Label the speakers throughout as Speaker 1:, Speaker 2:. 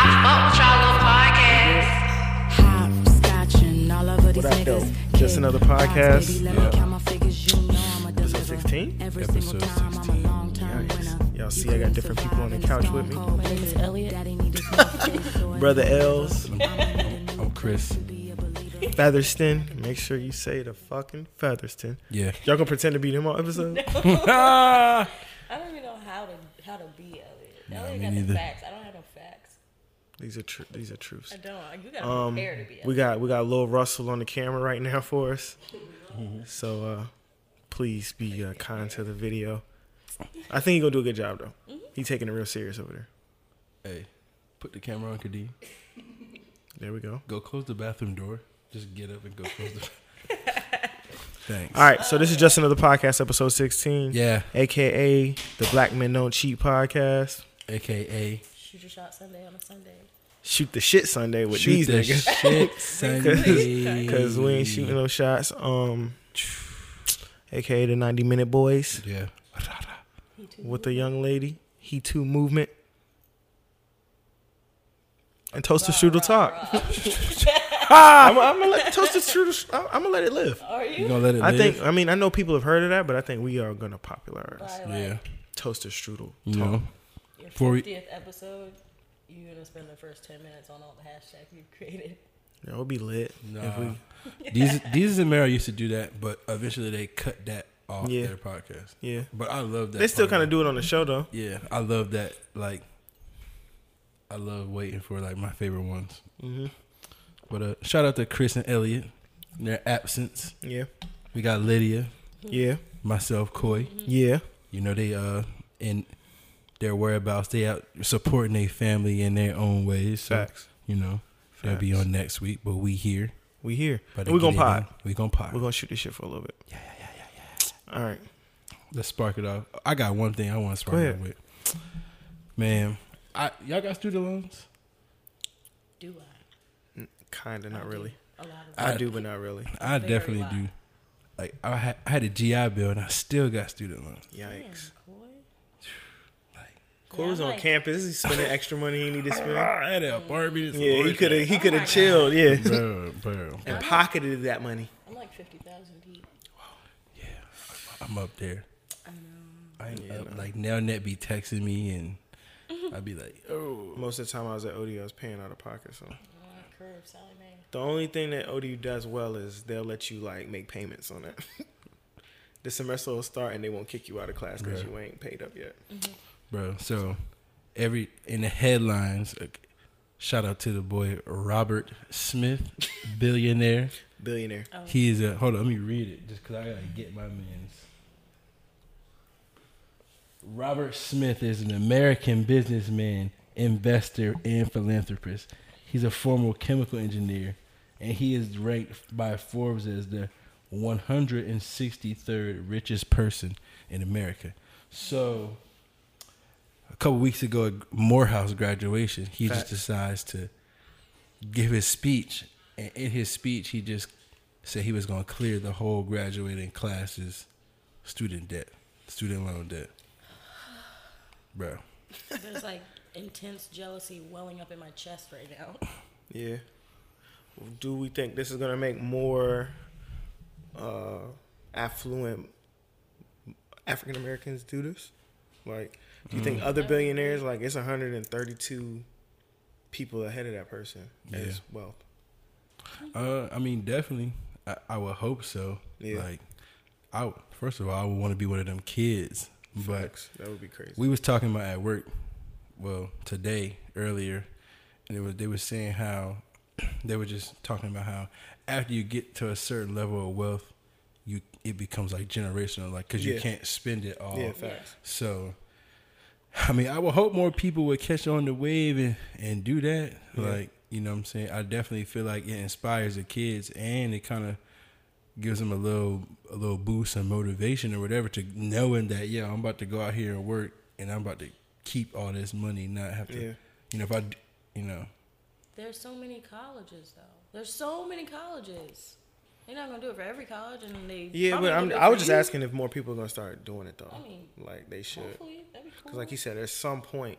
Speaker 1: I fuck with y'all little podcast.
Speaker 2: What up, though? Just another podcast. Episode 16.
Speaker 3: Episode 16.
Speaker 2: Yikes. Y'all see, I got different people on the couch with me.
Speaker 4: My name is Elliot.
Speaker 2: Brother Els,
Speaker 3: I'm Oh, Chris.
Speaker 2: Featherston. Make sure you say the fucking Featherston.
Speaker 3: Yeah.
Speaker 2: Y'all gonna pretend to be them all episode?
Speaker 3: Ah!
Speaker 4: I don't even know how to how to be Elliot. Elliot
Speaker 3: me
Speaker 4: got
Speaker 3: neither.
Speaker 4: the facts. I don't have no facts.
Speaker 2: These are tr- these are truths.
Speaker 4: I don't. You gotta
Speaker 2: Um,
Speaker 4: prepare to be
Speaker 2: we
Speaker 4: Elliot.
Speaker 2: got we got Lil Russell on the camera right now for us. So uh, please be uh, kind to the video. I think he gonna do a good job though. He taking it real serious over there.
Speaker 3: Hey, put the camera on, Kadeem.
Speaker 2: There we go.
Speaker 3: Go close the bathroom door. Just get up and go close the. Thanks.
Speaker 2: All right, so this is just another podcast, episode sixteen.
Speaker 3: Yeah,
Speaker 2: aka the Black Men Don't Cheat podcast.
Speaker 3: aka
Speaker 4: Shoot your shot Sunday on a Sunday.
Speaker 2: Shoot the shit Sunday with these
Speaker 3: shoot the
Speaker 2: niggas
Speaker 3: shit Sunday.
Speaker 2: because we ain't shooting no shots. Um, aka the ninety minute boys
Speaker 3: Yeah.
Speaker 4: He too.
Speaker 2: with the young lady, he too movement, and toaster strudel talk. I'm, I'm gonna let toaster strudel. I'm, I'm gonna let it live.
Speaker 4: Are
Speaker 3: You
Speaker 4: you?
Speaker 3: gonna let it?
Speaker 2: I
Speaker 3: live?
Speaker 2: think. I mean, I know people have heard of that, but I think we are gonna popularize
Speaker 4: By like
Speaker 3: Yeah.
Speaker 2: toaster strudel
Speaker 3: You
Speaker 2: talk.
Speaker 3: know.
Speaker 4: your
Speaker 3: Before we-
Speaker 4: fiftieth episode, you're gonna spend the first ten minutes on all the hashtags you created.
Speaker 2: That would be lit. If
Speaker 3: Nah.
Speaker 2: we,
Speaker 3: These these and Mara used to do that, but eventually they cut that off
Speaker 2: Yeah.
Speaker 3: their podcast.
Speaker 2: yeah,
Speaker 3: But I love that.
Speaker 2: they still
Speaker 3: part
Speaker 2: kind of do it on the show though.
Speaker 3: Yeah, I love that. Like, I love waiting for like my favorite ones.
Speaker 2: hmm
Speaker 3: But uh, shout out to Chris and Elliot, in their absence.
Speaker 2: Yeah,
Speaker 3: We got Lydia,
Speaker 2: yeah,
Speaker 3: myself, Coy.
Speaker 2: yeah.
Speaker 3: You know they uh in their whereabouts. They out supporting their family in their own ways. So,
Speaker 2: Facts.
Speaker 3: You know they'll be
Speaker 2: Facts.
Speaker 3: on next week, but we here.
Speaker 2: We here.
Speaker 3: But
Speaker 2: And we gonna pod.
Speaker 3: We gonna pod.
Speaker 2: We're gonna shoot this shit for a little bit. Yeah, yeah, yeah, yeah. All right.
Speaker 3: Let's spark it off. I got one thing I want to spark
Speaker 2: Go
Speaker 3: it
Speaker 2: ahead.
Speaker 3: off with. Man, I y'all got student loans?
Speaker 4: Do I?
Speaker 2: Kinda,
Speaker 4: I
Speaker 2: not
Speaker 4: do.
Speaker 2: really.
Speaker 4: A lot of
Speaker 2: I
Speaker 3: I-
Speaker 2: do, but not really.
Speaker 3: I
Speaker 4: Very
Speaker 3: definitely
Speaker 4: lot.
Speaker 3: do. Like I had, I had a GI Bill and I still got student loans.
Speaker 2: Yikes.
Speaker 4: Boy.
Speaker 3: Like
Speaker 2: Corey was
Speaker 4: I'm
Speaker 2: on
Speaker 4: like-
Speaker 2: campus. He's spending extra money he need to spend.
Speaker 3: Ah, I had an apartment.
Speaker 2: Yeah, he could have. He could
Speaker 4: Oh my
Speaker 2: have
Speaker 4: God.
Speaker 2: chilled. Yeah,
Speaker 3: bro, bro,
Speaker 2: and pocketed that money.
Speaker 4: I'm like fifty thousand deep.
Speaker 3: I'm up there.
Speaker 4: I know.
Speaker 3: I ain't
Speaker 2: Yeah,
Speaker 3: up.
Speaker 2: no.
Speaker 3: Like now, Net be texting me and I'd be like, oh,
Speaker 2: Most of the time I was at ODU, I was paying out of pocket. So
Speaker 4: Curve, Sally Mae.
Speaker 2: the only thing that ODU does well is they'll let you like make payments on it. the semester will start and they won't kick you out of class because
Speaker 3: Bruh.
Speaker 2: you ain't paid up yet.
Speaker 3: bro. So every in the headlines. like, Shout out to the boy Robert Smith, billionaire.
Speaker 2: Billionaire.
Speaker 4: Oh,
Speaker 3: He is a hold on, let me read it just because I gotta get my man's. Robert Smith is an American businessman, investor, and philanthropist. He's a former chemical engineer, and he is ranked by Forbes as the 163rd richest person in America. So, a couple weeks ago at Morehouse graduation, he
Speaker 2: Facts.
Speaker 3: just decides to give his speech, and in his speech, he just said he was going to clear the whole graduating class's student debt, student loan debt. Bro,
Speaker 4: There's like intense jealousy welling up in my chest right now.
Speaker 2: Yeah. Do we think this is going to make more uh, affluent African Americans do this? Like, do you think other billionaires like it's 132 people ahead of that person as wealth?
Speaker 3: uh, I mean, definitely, I, I would hope so.
Speaker 2: Yeah.
Speaker 3: Like, I would- first of all, I would want to be one of them kids, but
Speaker 2: Facts. that would be crazy.
Speaker 3: we was talking about at work well today earlier and it was they were saying how they were just talking about how after you get to a certain level of wealth you it becomes like generational like because you
Speaker 2: Yeah.
Speaker 3: can't spend it all
Speaker 2: yeah, facts.
Speaker 3: Oh. so i mean i would hope more people would catch on the wave and and do that
Speaker 2: Yeah.
Speaker 3: like you know what i'm saying i definitely feel like it inspires the kids and it kind of gives them a little a little boost and motivation or whatever to knowing that yeah I'm about to go out here and work and I'm about to keep all this money not have to
Speaker 2: Yeah.
Speaker 3: you know if I d- you know
Speaker 4: There's so many colleges though. There's so many colleges. They're not gonna do it for every college, and they
Speaker 2: Yeah,
Speaker 4: probably
Speaker 2: but
Speaker 4: gonna
Speaker 2: I'm,
Speaker 4: do it
Speaker 2: I
Speaker 4: for
Speaker 2: was just
Speaker 4: you.
Speaker 2: asking if more people are going to start doing it though.
Speaker 4: I mean,
Speaker 2: like they should,
Speaker 4: Hopefully, that'd be cool.
Speaker 2: because like you said, at some point,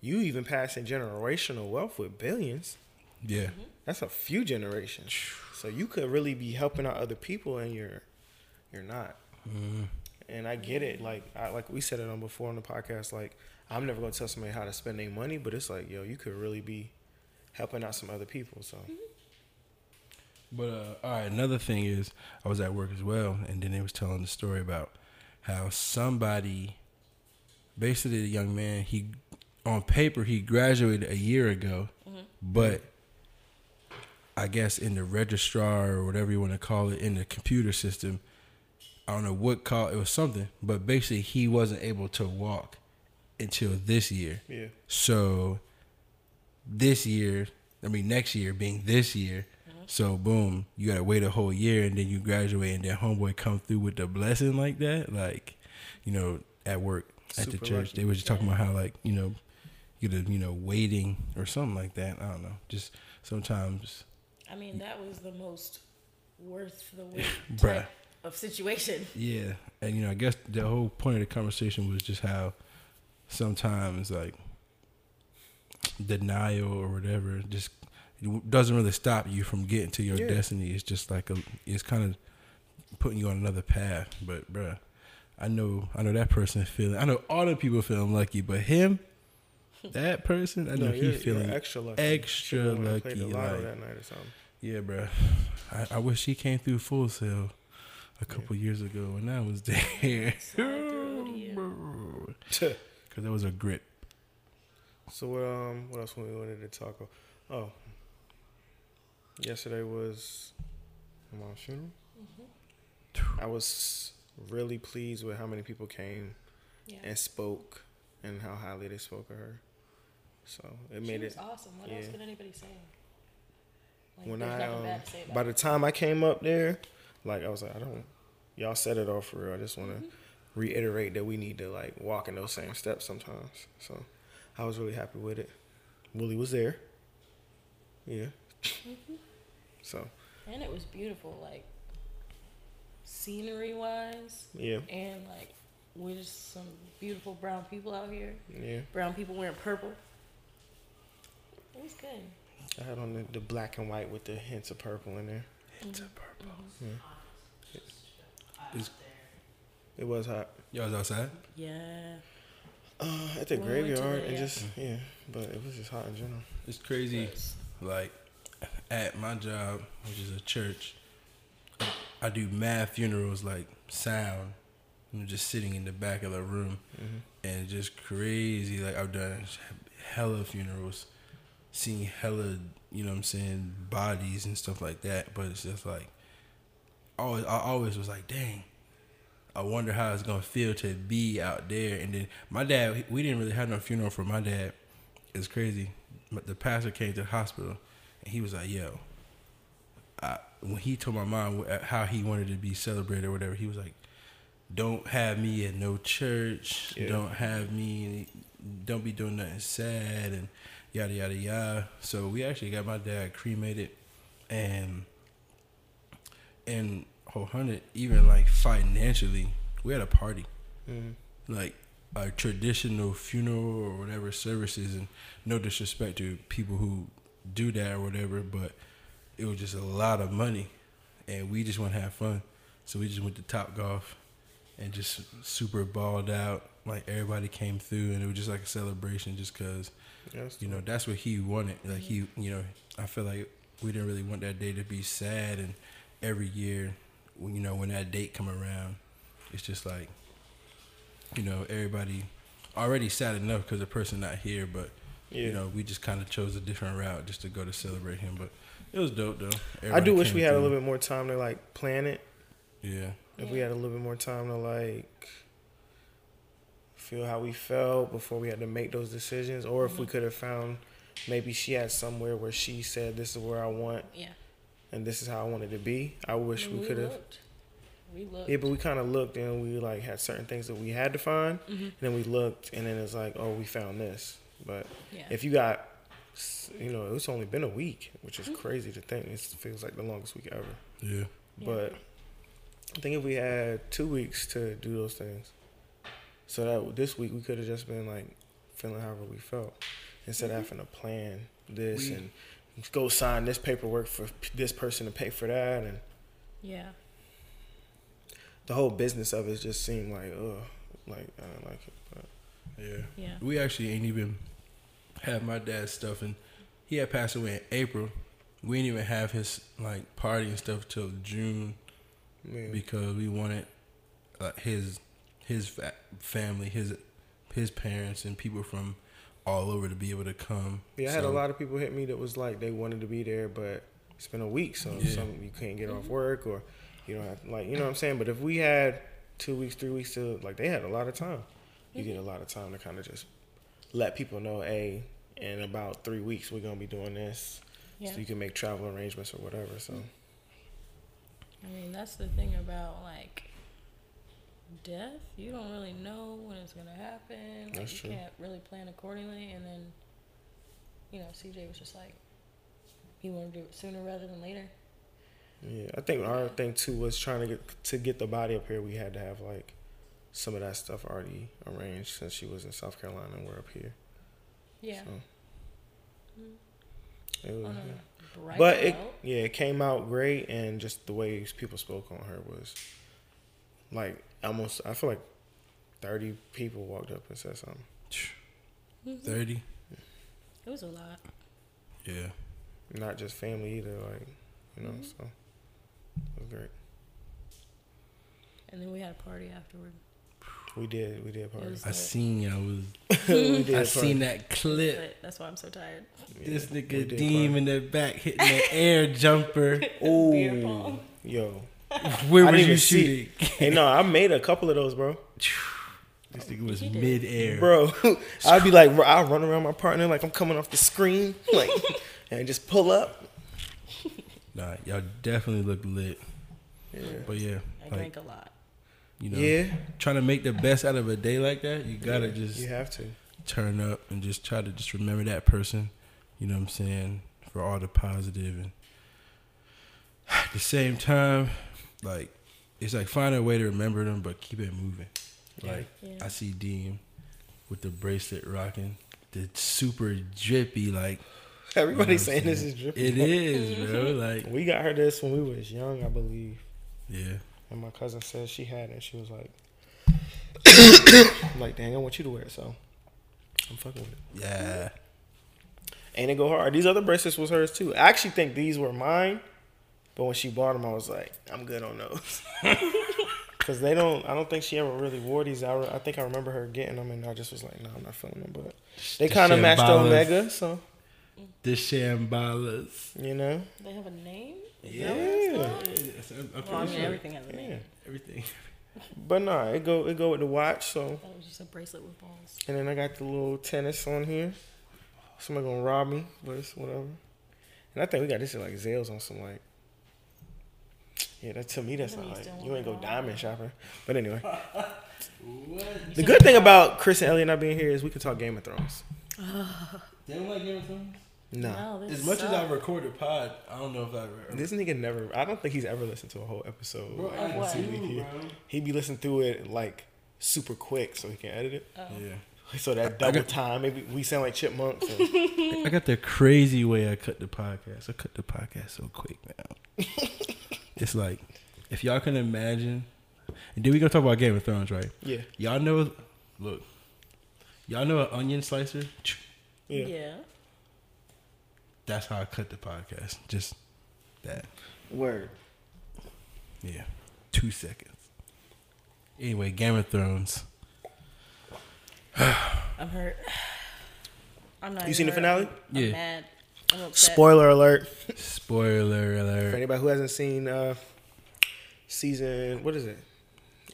Speaker 2: You even passing generational wealth with billions.
Speaker 3: Yeah.
Speaker 2: That's a few generations. So you could really be helping out other people, and you're you're not.
Speaker 3: Mm-hmm.
Speaker 2: And I get it. Like I, like we said it on before on the podcast. Like I'm never gonna tell somebody how to spend their money, but it's like yo, you could really be helping out some other people. So
Speaker 3: But uh, all right, another thing is I was at work as well, and then they was telling the story about how somebody, basically the young man, he on paper he graduated a year ago, but I guess in the registrar or whatever you want to call it in the computer system, I don't know what call it was something, but basically he wasn't able to walk until this year.
Speaker 2: yeah,
Speaker 3: So this year, I mean next year being this year. So boom, you gotta wait a whole year and then you graduate and then homeboy come through with the blessing like that. Like, you know, at work, at the
Speaker 2: Super
Speaker 3: church.
Speaker 2: lucky.
Speaker 3: They were just talking about how like, you know, you the you know, waiting or something like that. I don't know. Just sometimes
Speaker 4: I mean, that was the most worth the wait
Speaker 3: Bruh.
Speaker 4: type of situation.
Speaker 3: Yeah, and you know, I guess the whole point of the conversation was just how sometimes like denial or whatever just it doesn't really stop you from getting to your
Speaker 2: Yeah.
Speaker 3: destiny. It's just like a, it's kind of putting you on another path. But bruh, I know, I know that person feeling. I know all the people feeling lucky, but him, that person, I know
Speaker 2: No,
Speaker 3: he
Speaker 2: you're- you're
Speaker 3: feeling
Speaker 2: extra lucky.
Speaker 3: extra
Speaker 2: People would've played
Speaker 3: lucky.
Speaker 2: the lotto
Speaker 3: Like,
Speaker 2: that night or something.
Speaker 3: yeah, bruh. I, I wish he came through full sale a couple years ago when I was there. Because that was a grip.
Speaker 2: So what um what else we wanted to talk about? Oh. Yesterday was my mom's funeral.
Speaker 4: Mm-hmm.
Speaker 2: I was really pleased with how many people came
Speaker 4: Yeah.
Speaker 2: and spoke and how highly they spoke of her. So it
Speaker 4: She
Speaker 2: made
Speaker 4: was
Speaker 2: it
Speaker 4: awesome. What else
Speaker 2: yeah.
Speaker 4: could anybody say? Like,
Speaker 2: when
Speaker 4: there's
Speaker 2: I
Speaker 4: nothing
Speaker 2: um,
Speaker 4: bad to say about
Speaker 2: by the time I came up there, like I was like, I don't y'all said it all for real. I just wanna
Speaker 4: Mm-hmm.
Speaker 2: reiterate that we need to like walk in those same steps sometimes. So I was really happy with it. Willie was there. Yeah.
Speaker 4: Mm-hmm.
Speaker 2: So
Speaker 4: it. And it was beautiful, like scenery wise,
Speaker 2: yeah,
Speaker 4: and like we're just some beautiful brown people out here.
Speaker 2: yeah.
Speaker 4: Brown people wearing purple. It was good.
Speaker 2: I had on the, the black and white with the hints of purple in there.
Speaker 3: It's a purple.
Speaker 2: It was hot.
Speaker 3: Y'all was outside?
Speaker 4: Yeah.
Speaker 2: Uh, at the
Speaker 4: When we went to
Speaker 2: graveyard
Speaker 4: the-
Speaker 2: and
Speaker 4: yeah.
Speaker 2: just yeah, but it was just hot in general.
Speaker 3: It's crazy. Like, at my job, which is a church, I do mad funerals, like sound. I'm just sitting in the back of the room and just crazy. Like, I've done hella funerals, seeing hella, you know what I'm saying, bodies and stuff like that. But it's just like, always, I always was like, dang, I wonder how it's gonna feel to be out there. And then my dad, he- we didn't really have no funeral for my dad. It's crazy. But the pastor came to the hospital, and he was like, "Yo," I, when he told my mom wh- how he wanted to be celebrated or whatever, he was like, "Don't have me at no church.
Speaker 2: Yeah.
Speaker 3: Don't have me. Don't be doing nothing sad and yada yada yada." So we actually got my dad cremated, and and whole hundred even like financially we had a party like a traditional funeral or whatever services and no disrespect to people who do that or whatever but it was just a lot of money and we just want to have fun so we just went to top golf and just super balled out like everybody came through and it was just like a celebration just because
Speaker 2: Yes.
Speaker 3: you know that's what he wanted like he you know i feel like we didn't really want that day to be sad and every year when you know when that date come around it's just like you know everybody already sad enough because the person not here but
Speaker 2: Yeah.
Speaker 3: you know we just kind of chose a different route just to go to celebrate him but it was dope though
Speaker 2: I do wish we had a little bit more time to like plan it.
Speaker 3: bit yeah
Speaker 2: If we had a little bit more time to like feel how we felt before we had to make those decisions, or if we
Speaker 4: Mm-hmm.
Speaker 2: could have found maybe she had somewhere where she said, "This is where I want
Speaker 4: Yeah.
Speaker 2: and this is how I wanted to be." I wish
Speaker 4: And
Speaker 2: we could have.
Speaker 4: looked. We looked.
Speaker 2: Yeah, but we kind of looked and we like had certain things that we had to find,
Speaker 4: Mm-hmm.
Speaker 2: and then we looked and then it's like, "Oh, we found this." But
Speaker 4: Yeah.
Speaker 2: if you got, s- you know, it's only been a week, which
Speaker 4: Mm-hmm.
Speaker 2: is crazy to think. It feels like the longest week ever.
Speaker 3: yeah
Speaker 2: But I think if we had two weeks to do those things, so that this week we could have just been like feeling however we felt. instead of having to plan this and go sign this paperwork for p- this person to pay for that and
Speaker 4: Yeah.
Speaker 2: the whole business of it just seemed like ugh, like I don't like it. But
Speaker 3: Yeah.
Speaker 4: Yeah.
Speaker 3: We actually ain't even have my dad's stuff, and he had passed away in April. We didn't even have his like party and stuff till June
Speaker 2: man,
Speaker 3: because we wanted uh, his his fa- family, his his parents, and people from all over to be able to come.
Speaker 2: yeah, I had a
Speaker 3: So-
Speaker 2: lot of people hit me that was like they wanted to be there, but it's been a week, so
Speaker 3: Yeah.
Speaker 2: some you can't get off work or you don't have like you know what I'm saying. But if we had two weeks, three weeks to like they had a lot of time. You get a lot of time to kind of just let people know, hey, in about three weeks we're gonna be doing this,
Speaker 4: Yeah.
Speaker 2: so you can make travel arrangements or whatever. So
Speaker 4: I mean, that's the thing about like death. You don't really know when it's gonna happen. Like,
Speaker 2: That's
Speaker 4: you
Speaker 2: true.
Speaker 4: can't really plan accordingly. And then, you know, CJ was just like, he wanted to do it sooner rather than later.
Speaker 2: yeah, I think our thing too was trying to get to get the body up here. We had to have like some of that stuff already arranged since she was in South Carolina and we're up here.
Speaker 4: Yeah.
Speaker 2: So, it was-
Speaker 4: On
Speaker 2: yeah.
Speaker 4: a bright
Speaker 2: but it
Speaker 4: note.
Speaker 2: yeah, it came out great, and just the way people spoke on her was like almost. I feel like thirty people walked up and said something.
Speaker 3: Thirty.
Speaker 4: it was a lot.
Speaker 3: Yeah.
Speaker 2: Not just family either, like you know. So it was great.
Speaker 4: And then we had a party afterward.
Speaker 2: We did. We did party.
Speaker 4: was-
Speaker 3: I seen y'all was.
Speaker 2: we did
Speaker 3: I
Speaker 2: party.
Speaker 3: seen that clip.
Speaker 4: But that's why I'm so tired.
Speaker 3: This
Speaker 2: we
Speaker 3: nigga
Speaker 2: did
Speaker 3: Deem
Speaker 2: party.
Speaker 3: in the back hitting the air jumper.
Speaker 4: Beer
Speaker 2: Ooh,
Speaker 4: pong.
Speaker 2: yo.
Speaker 3: Where
Speaker 2: I
Speaker 3: were
Speaker 2: didn't
Speaker 3: you
Speaker 2: even see
Speaker 3: shooting?
Speaker 2: it. Hey, no, I made a couple of those, bro.
Speaker 3: This nigga was
Speaker 4: He did.
Speaker 3: mid air.
Speaker 2: Bro, I'd be like, I run around my partner like I'm coming off the screen, like, and just pull up.
Speaker 3: Nah, y'all definitely look lit.
Speaker 2: Yeah.
Speaker 3: But yeah,
Speaker 4: I
Speaker 3: like
Speaker 4: drank a lot.
Speaker 3: you know,
Speaker 2: Yeah,
Speaker 3: trying to make the best out of a day like that, you gotta just
Speaker 2: you have to.
Speaker 3: turn up and just try to just remember that person. You know what I'm saying? For all the positive and at the same time, like it's like find a way to remember them, but keep it moving. Like
Speaker 4: Yeah.
Speaker 3: I see Deem with the bracelet rocking, the super drippy. Like
Speaker 2: Everybody
Speaker 3: you know what I'm
Speaker 2: saying this is dripping.
Speaker 3: It is, bro. Like
Speaker 2: We got her this when we was young, I believe.
Speaker 3: yeah,
Speaker 2: And my cousin said she had it. and She was like, I'm like, dang, I want you to wear it. So I'm fucking with it.
Speaker 3: yeah.
Speaker 2: And it go hard. These other bracelets was hers too. I actually think these were mine. But when she bought them, I was like, I'm good on those. Because they don't, I don't think she ever really wore these. I, re- I think I remember her getting them and I just was like, no, I'm not feeling them. But they
Speaker 3: The
Speaker 2: kind of matched the
Speaker 3: Shambhalas.
Speaker 2: Omega. So,
Speaker 3: The Shambalas.
Speaker 2: you know?
Speaker 4: They have a name? Is that what
Speaker 2: Yeah.
Speaker 4: it's called?
Speaker 3: Yes, I'm, I'm
Speaker 4: Well, I
Speaker 3: pretty
Speaker 4: mean,
Speaker 3: sure.
Speaker 4: everything has a name.
Speaker 2: Yeah.
Speaker 3: Everything.
Speaker 2: But nah, it go, it go with the watch. So
Speaker 4: That was just a bracelet with balls.
Speaker 2: And then I got the little tennis on here. Somebody gonna rob me, but it's whatever. And I think we got this in like Zales on some like. Yeah, that to me that's not
Speaker 4: Nobody's
Speaker 2: like
Speaker 4: doing
Speaker 2: you ain't go
Speaker 4: that.
Speaker 2: diamond shopping. But anyway, the good thing about Chris and Ellie not being here is we can talk Game of Thrones.
Speaker 3: They don't like Game of Thrones?
Speaker 2: Nah,
Speaker 4: No, Oh, this
Speaker 3: As much as I
Speaker 4: sucks.
Speaker 3: record the pod, I don't know if I ever.
Speaker 2: this nigga never. I don't think he's ever listened to a whole episode.
Speaker 3: Bro, I
Speaker 4: Of
Speaker 3: can
Speaker 4: what?
Speaker 3: see
Speaker 2: Dude,
Speaker 3: you,
Speaker 2: here.
Speaker 3: bro.
Speaker 2: He be listening through it like super quick so he can edit it.
Speaker 3: Oh. Yeah.
Speaker 2: So that double
Speaker 3: got-
Speaker 2: time, maybe we sound like chipmunks. or-
Speaker 3: I got the crazy way I cut the podcast. I cut the podcast so quick now. it's like, if y'all can imagine. And then we gonna talk about Game of Thrones, right?
Speaker 2: yeah,
Speaker 3: Y'all know. Look. Y'all know an onion slicer?
Speaker 2: yeah,
Speaker 4: Yeah.
Speaker 3: That's how I cut the podcast. Just that.
Speaker 2: Word.
Speaker 3: Yeah. Two seconds. Anyway, Game of Thrones.
Speaker 4: I'm hurt. I'm not.
Speaker 2: You seen the
Speaker 4: even
Speaker 2: finale?
Speaker 4: hurt. I'm
Speaker 3: Yeah.
Speaker 4: mad. I'm upset.
Speaker 2: Spoiler alert.
Speaker 3: Spoiler alert.
Speaker 2: For anybody who hasn't seen uh, season, what is it?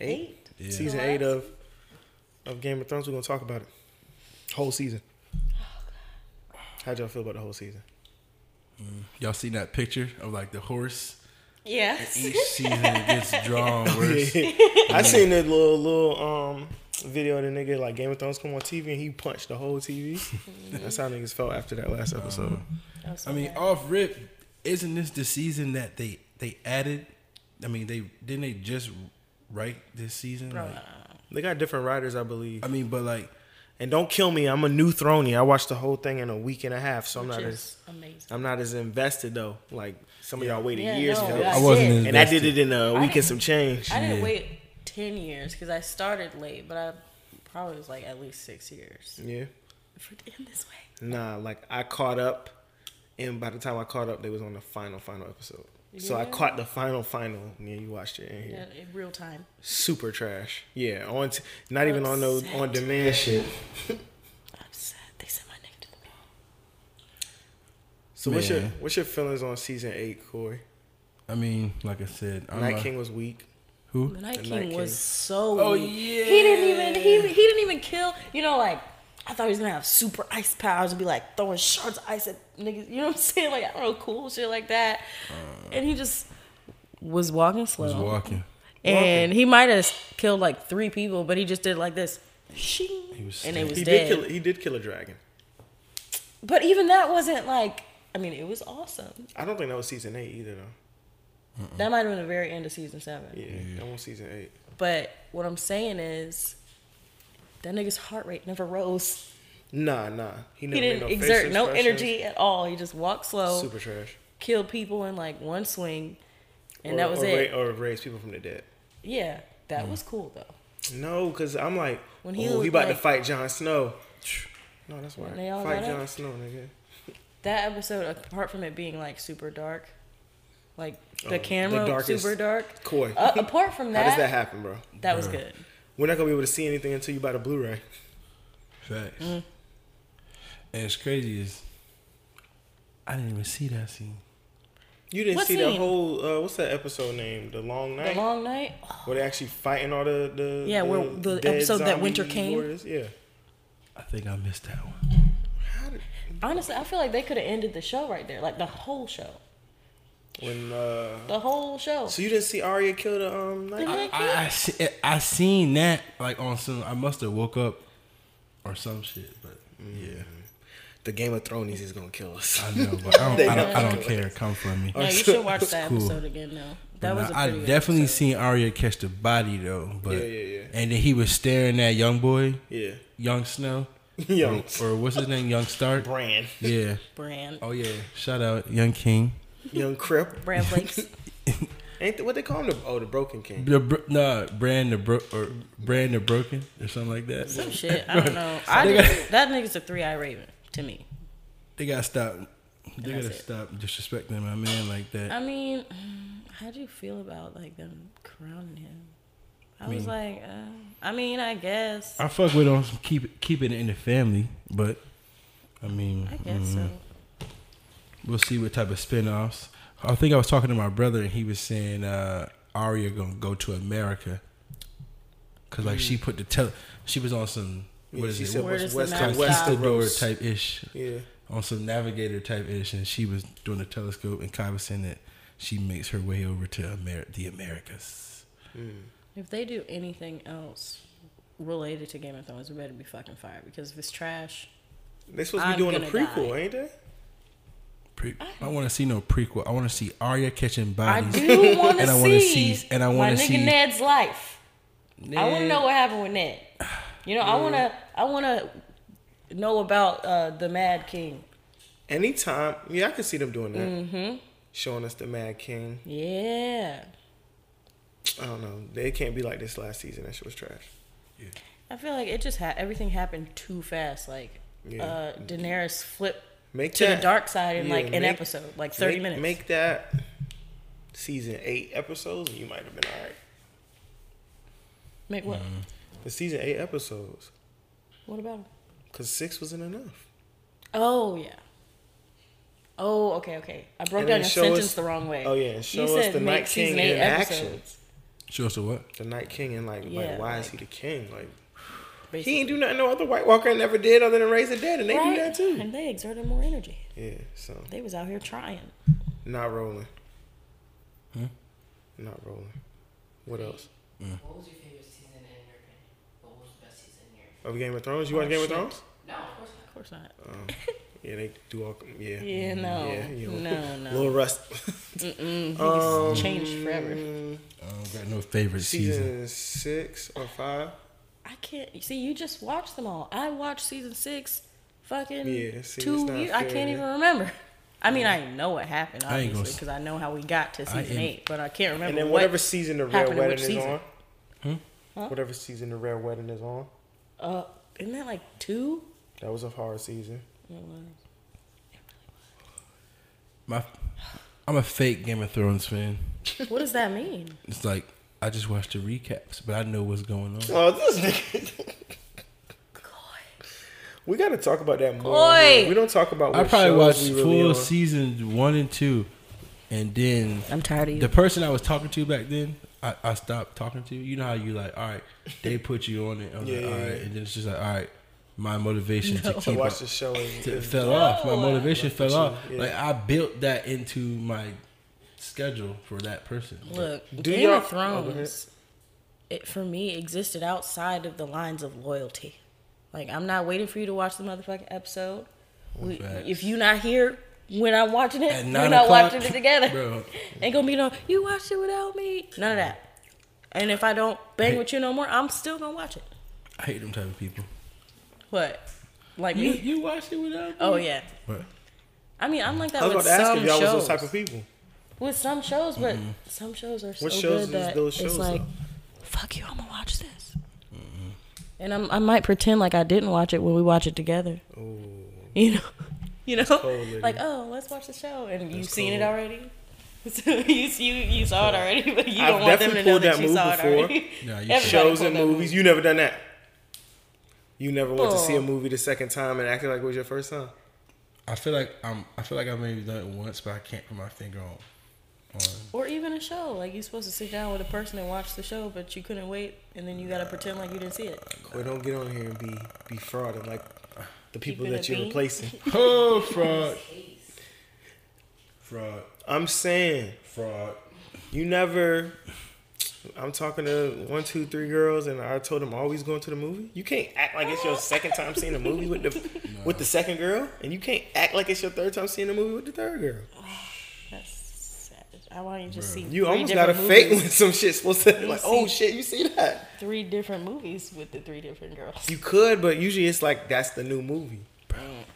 Speaker 4: Eight?
Speaker 3: Yeah.
Speaker 2: Season
Speaker 4: The
Speaker 2: eight
Speaker 4: last-
Speaker 2: of of Game of Thrones. We're gonna talk about it. Whole season. How'd y'all feel about the whole season?
Speaker 3: Y'all seen that picture of like the horse?
Speaker 4: Yes.
Speaker 3: Each season it gets drawn worse.
Speaker 2: I seen the little little um video of the nigga like Game of Thrones come on TV and he punched the whole TV. That's how niggas felt after that last episode.
Speaker 4: I'm so
Speaker 3: I mean,
Speaker 4: mad.
Speaker 3: off rip, isn't this the season that they they added? I mean, they didn't they just write this season?
Speaker 4: Bro,
Speaker 3: Like,
Speaker 4: uh,
Speaker 2: they got different writers, I believe.
Speaker 3: I mean, but like
Speaker 2: And don't kill me. I'm a new throny. I watched the whole thing in a week and a half, so I'm
Speaker 4: which
Speaker 2: not as
Speaker 4: is amazing.
Speaker 2: I'm not as invested though. Like some of y'all waited
Speaker 4: Yeah,
Speaker 2: years
Speaker 4: no,
Speaker 2: for
Speaker 4: yeah.
Speaker 2: this,
Speaker 3: I wasn't
Speaker 4: did.
Speaker 3: invested.
Speaker 2: and I did it in a week and
Speaker 4: didn't-
Speaker 2: some change.
Speaker 4: I didn't
Speaker 3: Yeah.
Speaker 4: wait ten years because I started late, but I probably was like at least six years.
Speaker 2: Yeah,
Speaker 4: If we're in this way,
Speaker 2: nah. Like I caught up, and by the time I caught up, they was on the final final episode. So I
Speaker 4: Yeah.
Speaker 2: caught the final final. Yeah, you watched it in here.
Speaker 4: yeah, in real time.
Speaker 2: Super trash. Yeah, on t- not even on no
Speaker 4: Upset.
Speaker 2: on demand shit.
Speaker 4: I'm sad. They sent my name to the mail.
Speaker 2: So what's your
Speaker 3: Man.
Speaker 2: what's your feelings on season eight, Corey?
Speaker 3: I mean, like I said, I'm
Speaker 2: Night
Speaker 3: a-
Speaker 2: King was weak.
Speaker 3: Who?
Speaker 4: The Night
Speaker 2: The
Speaker 4: King
Speaker 2: Night
Speaker 4: was
Speaker 2: King.
Speaker 4: so
Speaker 3: Oh,
Speaker 4: weak. He didn't even he he didn't even kill. You know, like I thought he was gonna have super ice powers and be like throwing shards of ice at niggas. You know what I'm saying? Like I don't know, cool shit like that. and he just was walking slow.
Speaker 3: Uh, was walking.
Speaker 4: and he might have killed like three people, but he just did like this. Shing,
Speaker 3: was
Speaker 4: and they
Speaker 3: dead.
Speaker 4: was
Speaker 2: He
Speaker 4: dead.
Speaker 2: did kill. He did kill a dragon.
Speaker 4: But even that wasn't like. I mean, it was awesome.
Speaker 2: I don't think that was season eight either though.
Speaker 4: That might have been the very end of season seven.
Speaker 2: Yeah, that was season eight.
Speaker 4: But what I'm saying is, that nigga's heart rate never rose.
Speaker 2: Nah, nah.
Speaker 4: He
Speaker 2: never made
Speaker 4: didn't
Speaker 2: no face
Speaker 4: exert no
Speaker 2: expressions.
Speaker 4: energy at all. He just walked slow,
Speaker 2: Super trash.
Speaker 4: killed people in like one swing, and
Speaker 2: or,
Speaker 4: that was
Speaker 2: or oh. Hmm.
Speaker 4: it.
Speaker 2: ra- or raise people from the dead.
Speaker 4: yeah, that was cool though.
Speaker 2: No, because I'm like,
Speaker 4: When he
Speaker 2: oh,
Speaker 4: was
Speaker 2: he about to
Speaker 4: like-
Speaker 2: fight Jon Snow. No, that's why.
Speaker 4: When they all
Speaker 2: Fight
Speaker 4: got up?
Speaker 2: Jon Snow, nigga.
Speaker 4: That episode, apart from it being like super dark, like
Speaker 2: Oh,
Speaker 4: the
Speaker 2: the
Speaker 4: camera
Speaker 2: darkest-
Speaker 4: super dark.
Speaker 2: Coy.
Speaker 4: Uh, apart from
Speaker 2: How does that
Speaker 4: that,
Speaker 2: Hmm.
Speaker 4: that,
Speaker 2: happen, bro?
Speaker 4: was
Speaker 3: Bruh.
Speaker 4: good.
Speaker 2: We're not gonna be able to see anything until you buy the Blu-ray.
Speaker 3: Facts.
Speaker 4: Mm.
Speaker 3: And it's crazy is I didn't even see that scene.
Speaker 2: You didn't
Speaker 4: What
Speaker 2: see the
Speaker 4: scene?
Speaker 2: whole uh, what's that episode name? The Long Night.
Speaker 4: The long night.
Speaker 2: where they actually fighting all the the
Speaker 4: Yeah, where the
Speaker 2: dead
Speaker 4: episode that
Speaker 2: zombie
Speaker 4: Winter came?
Speaker 2: warriors. Yeah.
Speaker 3: I think I missed that one.
Speaker 2: How did,
Speaker 4: Honestly, I feel like they could have ended the show right there, like the whole show,
Speaker 2: when uh,
Speaker 4: the whole show.
Speaker 2: so you didn't see Arya kill the um night.
Speaker 4: The-
Speaker 3: I, I, I, se- I seen that like on some. I must have woke up or some shit. But yeah,
Speaker 2: The Game of Thrones is gonna kill us.
Speaker 3: I know. But I don't. I don't, I don't care. Come for me.
Speaker 4: No, you should watch that
Speaker 3: cool.
Speaker 4: episode again though. That
Speaker 3: But
Speaker 4: was a
Speaker 3: nah, I
Speaker 4: pretty good
Speaker 3: definitely
Speaker 4: episode.
Speaker 3: seen Arya catch the body though. But
Speaker 2: Yeah, yeah, yeah.
Speaker 3: And then he was staring at young boy,
Speaker 2: Yeah.
Speaker 3: young Snow,
Speaker 2: Young
Speaker 3: or what's his name, young Stark.
Speaker 2: Bran,
Speaker 3: Yeah.
Speaker 4: Bran,
Speaker 3: Oh yeah. Shout out, young King.
Speaker 2: Young Crip.
Speaker 4: Bran Flakes.
Speaker 2: Ain't th- what they call him? The, oh, the Broken King.
Speaker 3: The bro- nah, brand the bro- or brand the broken or something like that.
Speaker 4: Some shit. I don't know. I
Speaker 3: They
Speaker 4: didn't- that nigga's a three eye raven to me.
Speaker 3: They gotta stop. They
Speaker 4: That's
Speaker 3: gotta
Speaker 4: it.
Speaker 3: stop disrespecting my man like that.
Speaker 4: I mean, how do you feel about like them crowning him? I was
Speaker 3: mean-
Speaker 4: like, uh, I mean, I guess,
Speaker 3: I fuck with on some keep it, keep it in the family, but I mean,
Speaker 4: I guess
Speaker 3: mm,
Speaker 4: so.
Speaker 3: we'll see what type of spinoffs. I think I was talking to my brother and he was saying uh, Arya gonna go to America because like she put the tele, she was on some
Speaker 2: Mm.
Speaker 3: what
Speaker 2: Yeah,
Speaker 3: is
Speaker 2: she
Speaker 3: it
Speaker 2: said
Speaker 4: Where
Speaker 2: what's
Speaker 4: does the
Speaker 2: West
Speaker 4: map
Speaker 2: West
Speaker 4: stop?
Speaker 3: conquistador type ish
Speaker 2: Yeah.
Speaker 3: on some navigator type ish, and she was doing the telescope and Kaiba saying that she makes her way over to Amer- the Americas.
Speaker 4: If they do anything else related to Game of Thrones, we better be fucking fired because if it's trash,
Speaker 2: They supposed to be
Speaker 4: I'm
Speaker 2: doing a
Speaker 4: gonna
Speaker 2: prequel,
Speaker 4: die.
Speaker 2: ain't they?
Speaker 3: Pre- I want to see no prequel. I want to see Arya catching
Speaker 4: I
Speaker 3: bodies.
Speaker 4: do want
Speaker 3: And I wanna
Speaker 4: to
Speaker 3: see- and I
Speaker 4: my
Speaker 3: wanna
Speaker 4: nigga
Speaker 3: see-
Speaker 4: Ned's life. I want to
Speaker 3: Ned.
Speaker 4: know what happened with Ned. You know, I want to, I want to know about uh, the Mad King.
Speaker 2: Anytime. Yeah, I could see them doing that. Mm-hmm. Showing us the Mad King.
Speaker 4: Yeah,
Speaker 2: I don't know. They can't be like this last season. That shit was trash.
Speaker 4: I feel like it just ha- everything happened too fast. Like
Speaker 2: Yeah.
Speaker 4: uh, Daenerys flipped
Speaker 2: Make
Speaker 4: to
Speaker 2: that,
Speaker 4: the dark side in
Speaker 2: yeah,
Speaker 4: like an
Speaker 2: make-
Speaker 4: episode, like thirty
Speaker 2: make,
Speaker 4: minutes.
Speaker 2: Make that season eight episodes, and you might have been all right.
Speaker 4: Make what?
Speaker 2: The season eight episodes,
Speaker 4: What about? Him?
Speaker 2: cause six wasn't enough.
Speaker 4: Oh yeah. Oh okay okay. I broke
Speaker 2: And then
Speaker 4: down your
Speaker 2: show
Speaker 4: sentence
Speaker 2: us-
Speaker 4: the wrong way.
Speaker 2: oh, yeah, and show us the
Speaker 4: make
Speaker 2: Night King
Speaker 4: season
Speaker 2: in
Speaker 4: eight
Speaker 2: action.
Speaker 4: episodes,
Speaker 3: Show us the what?
Speaker 2: The Night King and like,
Speaker 4: Yeah,
Speaker 2: like why is
Speaker 4: like-
Speaker 2: he the king? Like
Speaker 4: basically.
Speaker 2: he ain't do nothing no other White Walker never did other than raise the dead, and they
Speaker 4: right?
Speaker 2: do that too.
Speaker 4: And they exerted more energy.
Speaker 2: Yeah, so
Speaker 4: They was out here trying.
Speaker 2: not rolling. Not rolling. What else?
Speaker 5: What was your favorite season in your opinion? What was the best season in your opinion?
Speaker 2: Of Game of Thrones,
Speaker 4: Oh,
Speaker 2: you watch Game of Thrones?
Speaker 5: No, of course not.
Speaker 4: Of course not.
Speaker 2: Yeah, they do all. Yeah.
Speaker 4: Yeah, no.
Speaker 2: Yeah, you know,
Speaker 4: No, no.
Speaker 2: Little Rust. Um,
Speaker 4: Mm-mm. Niggas changed forever.
Speaker 2: Mm,
Speaker 3: I don't got no favorite season.
Speaker 2: season six or five.
Speaker 4: I can't see. You just watched them all. I watched season six, fucking
Speaker 2: Yeah, see, it's
Speaker 4: two
Speaker 2: not
Speaker 4: years. I
Speaker 2: fair,
Speaker 4: can't
Speaker 2: yeah.
Speaker 4: even remember. I mean, I know what happened
Speaker 3: I ain't
Speaker 4: obviously
Speaker 3: gonna s-
Speaker 4: because I, know how we got to
Speaker 3: I
Speaker 4: season
Speaker 3: am-
Speaker 4: eight, but I can't remember.
Speaker 2: And then
Speaker 4: what-
Speaker 2: whatever season the Red
Speaker 4: happened in
Speaker 2: Wedding
Speaker 4: which
Speaker 2: is
Speaker 4: season?
Speaker 2: on.
Speaker 4: Huh?
Speaker 2: Whatever season the Red Wedding is on.
Speaker 4: Uh, isn't that like two?
Speaker 2: That was a horror season.
Speaker 3: My, I'm a fake Game of Thrones fan.
Speaker 4: What does that mean?
Speaker 3: It's like I just watch the recaps, but I know what's going on.
Speaker 2: Oh, this nigga. We gotta talk about that more.
Speaker 4: Boy.
Speaker 2: We don't talk about.
Speaker 3: I
Speaker 2: What
Speaker 3: probably watched
Speaker 2: shows we really
Speaker 3: full
Speaker 2: on.
Speaker 3: seasons one and two, and then
Speaker 4: I'm tired of you.
Speaker 3: the person I was talking to back then, I, I stopped talking to. You know how you like, all right, they put you on it. I'm
Speaker 2: Yeah,
Speaker 3: like,
Speaker 2: yeah,
Speaker 3: all right,
Speaker 2: yeah.
Speaker 3: and then it's just like, all right, my motivation to
Speaker 2: To
Speaker 3: keep
Speaker 2: watch
Speaker 3: up.
Speaker 2: the show is,
Speaker 3: It
Speaker 2: is
Speaker 3: fell off. My
Speaker 2: Oh,
Speaker 4: No.
Speaker 3: motivation fell
Speaker 2: you,
Speaker 3: off.
Speaker 2: yeah.
Speaker 3: Like I built that into my schedule for that person.
Speaker 4: Look,
Speaker 2: Do
Speaker 4: Game
Speaker 2: y'all- Oh,
Speaker 4: of Thrones, it for me existed outside of the lines of loyalty. Like I'm not waiting for you to watch the motherfucking episode. We,
Speaker 3: Facts.
Speaker 4: if you're not here when I'm watching it,
Speaker 3: At
Speaker 4: we're
Speaker 3: nine
Speaker 4: not
Speaker 3: o'clock,
Speaker 4: watching it together.
Speaker 3: bro.
Speaker 4: Ain't gonna be no. You watched it without me. None of that. And if I don't bang
Speaker 3: Hey.
Speaker 4: with you no more, I'm still gonna watch it.
Speaker 3: I hate them type of people.
Speaker 4: What? Like
Speaker 3: You,
Speaker 4: me?
Speaker 3: you watched it without me?
Speaker 4: Oh yeah.
Speaker 3: But
Speaker 4: I mean, I'm like that
Speaker 2: I was
Speaker 4: with
Speaker 2: about to ask
Speaker 4: some
Speaker 2: if y'all
Speaker 4: shows.
Speaker 2: was those type of people.
Speaker 4: with some shows, but some shows are so
Speaker 2: What shows is
Speaker 4: good that
Speaker 2: those shows,
Speaker 4: it's like,
Speaker 2: though?
Speaker 4: fuck you, I'm gonna watch this. And I'm, I might pretend like I didn't watch it when we watch it together. You know, you know,
Speaker 2: lady.
Speaker 4: like oh, let's watch the show, and you've seen it
Speaker 2: cold.
Speaker 4: already. So you you you saw it already, but you
Speaker 2: I've
Speaker 4: don't want them
Speaker 2: definitely
Speaker 4: to know
Speaker 2: pulled
Speaker 4: that,
Speaker 2: that
Speaker 4: you
Speaker 2: move
Speaker 4: saw it
Speaker 2: before.
Speaker 4: already.
Speaker 3: Nah, you
Speaker 4: Everybody
Speaker 2: Shows
Speaker 4: pulled
Speaker 2: and
Speaker 4: that move.
Speaker 2: movies. You never done that. You never went to see a
Speaker 4: Oh.
Speaker 2: movie the second time and acted like it was your first time.
Speaker 3: I feel like I'm. I feel like I maybe done it once, but I can't put my finger on. on
Speaker 4: Or even a show, like you're supposed to sit down with a person and watch the show, but you couldn't wait, and then you gotta pretend like you didn't see it.
Speaker 2: Or don't get on here and be defrauded like the people
Speaker 4: been
Speaker 2: that
Speaker 4: a
Speaker 2: you're
Speaker 4: bee?
Speaker 2: replacing.
Speaker 3: oh, fraud, fraud,
Speaker 2: I'm saying
Speaker 3: fraud.
Speaker 2: you never. I'm talking to one, two, three girls, and I told them always going to the movie. You can't act like it's your second time seeing a movie with the with the second girl, and you can't act like it's your third time seeing a movie with the third girl.
Speaker 4: That's savage. I want you to just see.
Speaker 2: You
Speaker 4: three
Speaker 2: almost got
Speaker 4: different
Speaker 2: to
Speaker 4: movies.
Speaker 2: fake when some shit's supposed to like. Oh shit, you see that?
Speaker 4: three different movies with the three different girls.
Speaker 2: You could, but usually it's like that's the new movie.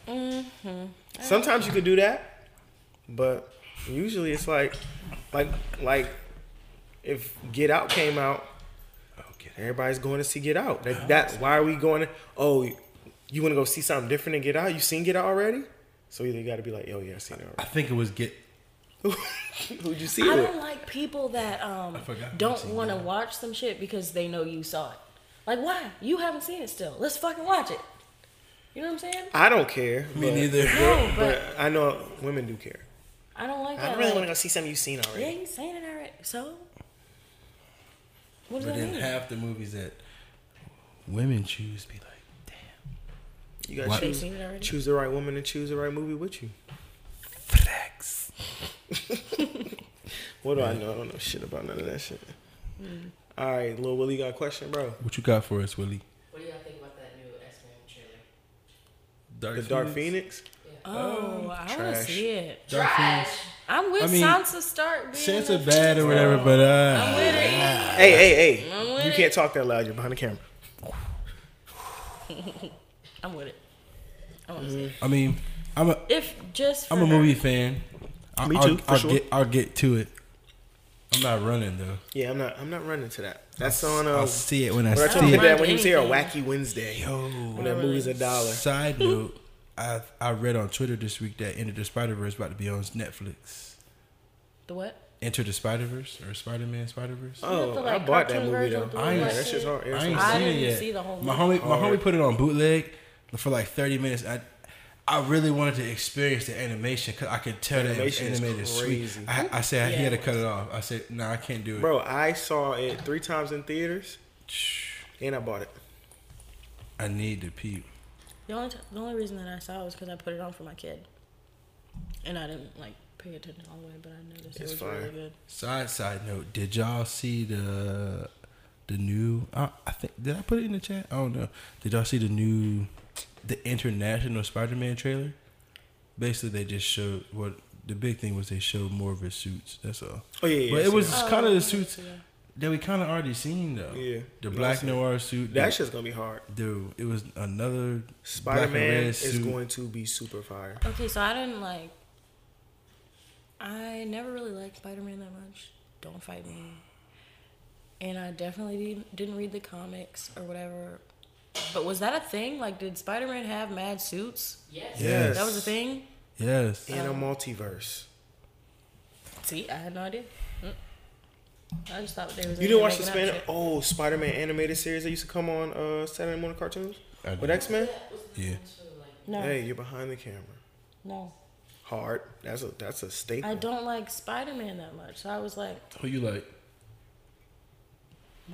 Speaker 4: Mm-hmm.
Speaker 2: Sometimes you could do that, but usually it's like, like, like, if Get Out came out,
Speaker 3: Okay. Oh,
Speaker 2: everybody's going to see Get Out. That, that's why are we going? To, oh, you want to go see something different than Get Out? You seen Get Out already? So either you got to be like, oh yeah, I seen it
Speaker 3: I think it was get.
Speaker 2: already. Who'd you see
Speaker 4: I
Speaker 2: it?
Speaker 4: don't like people that um
Speaker 3: forgot
Speaker 4: don't
Speaker 3: you've seen
Speaker 4: want to
Speaker 3: that.
Speaker 4: watch some shit because they know you saw it. Like why? You haven't seen it still. Let's fucking watch it. You know what I'm saying?
Speaker 2: I don't care.
Speaker 3: Me
Speaker 2: but-
Speaker 3: neither.
Speaker 4: No,
Speaker 2: But
Speaker 4: but
Speaker 2: I know women do care.
Speaker 4: I don't like
Speaker 2: I
Speaker 4: that.
Speaker 2: really
Speaker 4: like,
Speaker 2: want to go see something you've seen already.
Speaker 4: yeah, you saying it already. So what does
Speaker 3: But
Speaker 4: that
Speaker 3: then
Speaker 4: mean?
Speaker 3: half the movies that women choose be like, damn,
Speaker 2: You gotta
Speaker 3: What?
Speaker 4: They've
Speaker 2: choose,
Speaker 4: seen it already.
Speaker 2: choose the right woman and choose the right movie with you.
Speaker 3: flex.
Speaker 2: What do I know? I don't know shit about none of that shit. Mm. All right, Lil Willie got a question, bro.
Speaker 3: What you got for us, Willie?
Speaker 5: What do y'all think about that new X Men trailer?
Speaker 3: Dark
Speaker 2: The Dark Phoenix.
Speaker 4: Oh, I want to
Speaker 2: Trash.
Speaker 4: see it.
Speaker 3: Dark Phoenix.
Speaker 4: I'm with
Speaker 3: I mean,
Speaker 4: Sansa Stark. Being
Speaker 3: Sansa
Speaker 4: Sansa.
Speaker 3: bad or whatever, but
Speaker 4: I'm
Speaker 3: uh,
Speaker 4: with it.
Speaker 2: Hey, hey,
Speaker 4: I'm
Speaker 2: hey!
Speaker 4: with
Speaker 2: You
Speaker 4: it.
Speaker 2: can't talk that loud. You're behind the camera.
Speaker 4: I'm with it. I want to see it.
Speaker 3: I mean, I'm a
Speaker 4: If just for
Speaker 3: I'm a
Speaker 4: her.
Speaker 3: movie fan. I,
Speaker 2: Me
Speaker 3: I'll,
Speaker 2: too, for
Speaker 3: I'll
Speaker 2: sure.
Speaker 3: get I'll get to it. I'm not running though.
Speaker 2: Yeah, I'm not. I'm not running to that. That's on. Uh,
Speaker 3: I'll see it when I
Speaker 2: when I
Speaker 3: see
Speaker 2: told
Speaker 4: don't
Speaker 2: him
Speaker 3: it.
Speaker 2: that
Speaker 4: mind
Speaker 2: when he was here, a
Speaker 4: anything.
Speaker 2: wacky Wednesday. When
Speaker 3: Yo.
Speaker 2: that movie's a dollar.
Speaker 3: Side note, I I read on Twitter this week that Enter the Spider Verse about to be on Netflix.
Speaker 4: the what?
Speaker 3: Enter the Spider Verse or Spider Man Spider Verse.
Speaker 4: have to,
Speaker 2: Oh, I
Speaker 4: like,
Speaker 2: bought that
Speaker 4: cartoon
Speaker 2: movie
Speaker 4: version
Speaker 2: though.
Speaker 4: to
Speaker 2: I ain't.
Speaker 3: watch
Speaker 2: That shit's
Speaker 4: it.
Speaker 2: hard.
Speaker 3: I ain't
Speaker 4: I
Speaker 3: seen
Speaker 4: didn't
Speaker 3: it yet.
Speaker 4: see the whole
Speaker 3: my
Speaker 4: movie.
Speaker 3: homie, my homie put it on bootleg for like thirty minutes. I, I really wanted to experience the animation because I could tell that it was
Speaker 2: Animation is
Speaker 3: animated sweet.
Speaker 2: crazy.
Speaker 3: I, I said he had
Speaker 4: Yeah,
Speaker 3: to
Speaker 4: it
Speaker 3: cut it off. I said, "No, nah, I can't do it."
Speaker 2: Bro, I saw it three times in theaters, and I bought it.
Speaker 3: I need to peep.
Speaker 4: The only, t- the only reason that I saw it was because I put it on for my kid, and I didn't like pay attention all the way, but I noticed
Speaker 2: It's
Speaker 4: it was really
Speaker 2: fine.
Speaker 4: good.
Speaker 3: Side side note, did y'all see the the new? I, I think did I put it in the chat? I don't know. Did y'all see the new the international Spider Man trailer? Basically, they just showed what the big thing was. They showed more of his suits. That's all.
Speaker 2: Oh yeah, yeah.
Speaker 3: but
Speaker 2: I
Speaker 3: it
Speaker 2: seen
Speaker 3: was
Speaker 2: that.
Speaker 4: Oh,
Speaker 3: kind of the suits. that we kind of already seen though.
Speaker 2: Yeah.
Speaker 3: the
Speaker 2: No,
Speaker 3: black
Speaker 2: I see.
Speaker 3: noir suit.
Speaker 2: That
Speaker 3: the-
Speaker 2: shit's gonna be hard.
Speaker 3: dude. It was another
Speaker 2: Spider
Speaker 3: black and
Speaker 2: Man
Speaker 3: red
Speaker 2: is
Speaker 3: suit.
Speaker 2: going to be super fire.
Speaker 4: Okay, so I didn't like. I never really liked Spider Man that much. Don't fight me. And I definitely didn't, didn't read the comics or whatever. But was that a thing? Like, did Spider Man have mad suits?
Speaker 5: Yes.
Speaker 3: Yes.
Speaker 4: That was a thing?
Speaker 3: Yes.
Speaker 2: In
Speaker 4: Oh.
Speaker 2: a multiverse.
Speaker 4: See, I had no idea. Mm. I just thought they was.
Speaker 2: You didn't watch the Span oh Spider Man animated series that used to come on uh, Saturday morning cartoons
Speaker 3: I
Speaker 2: with
Speaker 3: did.
Speaker 2: X Men.
Speaker 3: Yeah.
Speaker 4: No,
Speaker 2: Oh, Hey, you're behind the camera.
Speaker 4: no,
Speaker 2: Hard. That's a that's a staple.
Speaker 4: I don't like Spider Man that much. So I was like,
Speaker 3: Who you like?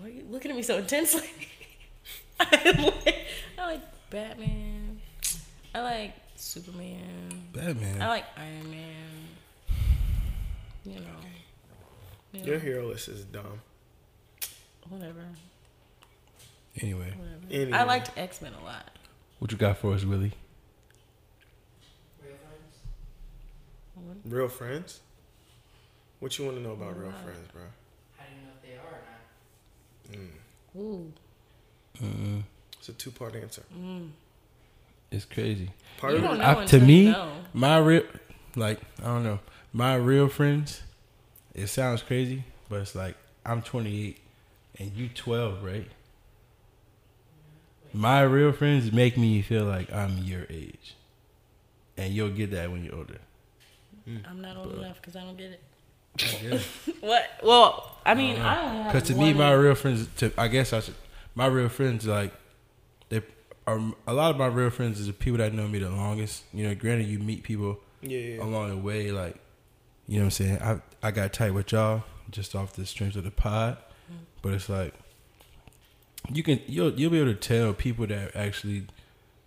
Speaker 4: why are you looking at me so intensely? I like, I like Batman. I like Superman.
Speaker 3: Batman.
Speaker 4: I like Iron Man. You know. You know,
Speaker 2: Your hero list is dumb.
Speaker 4: Whatever.
Speaker 3: anyway,
Speaker 4: Whatever.
Speaker 2: Anyway.
Speaker 4: I liked X Men a lot.
Speaker 3: what you got for us, Willie?
Speaker 5: Real friends.
Speaker 2: Real Friends. What you want to know about
Speaker 4: Uh,
Speaker 2: Real Friends, bro?
Speaker 5: How do you know if they are or not?
Speaker 2: Hmm.
Speaker 4: Ooh. mm.
Speaker 2: It's a two part answer.
Speaker 3: It's crazy.
Speaker 2: Part
Speaker 4: You
Speaker 2: of
Speaker 4: don't
Speaker 2: it,
Speaker 4: know
Speaker 3: I,
Speaker 4: until
Speaker 3: Uh, to
Speaker 4: you
Speaker 3: me,
Speaker 4: know.
Speaker 3: my real, like I don't know, my real friends. It sounds crazy, but it's like I'm 28 and you 12, right? My real friends make me feel like I'm your age, and you'll get that when you're older.
Speaker 4: I'm not old enough because I don't get it.
Speaker 3: Because
Speaker 4: What? Well, I mean, I only have
Speaker 3: to me,
Speaker 4: one
Speaker 3: my real friends, to I guess I should, my real friends like they are a lot of my real friends is the people that know me the longest. You know, granted, you meet people
Speaker 2: yeah, yeah.
Speaker 3: along the way, like you know what I'm saying. I I got tight with y'all just off the strength of the pod, but it's like you can you'll you'll be able to tell people that actually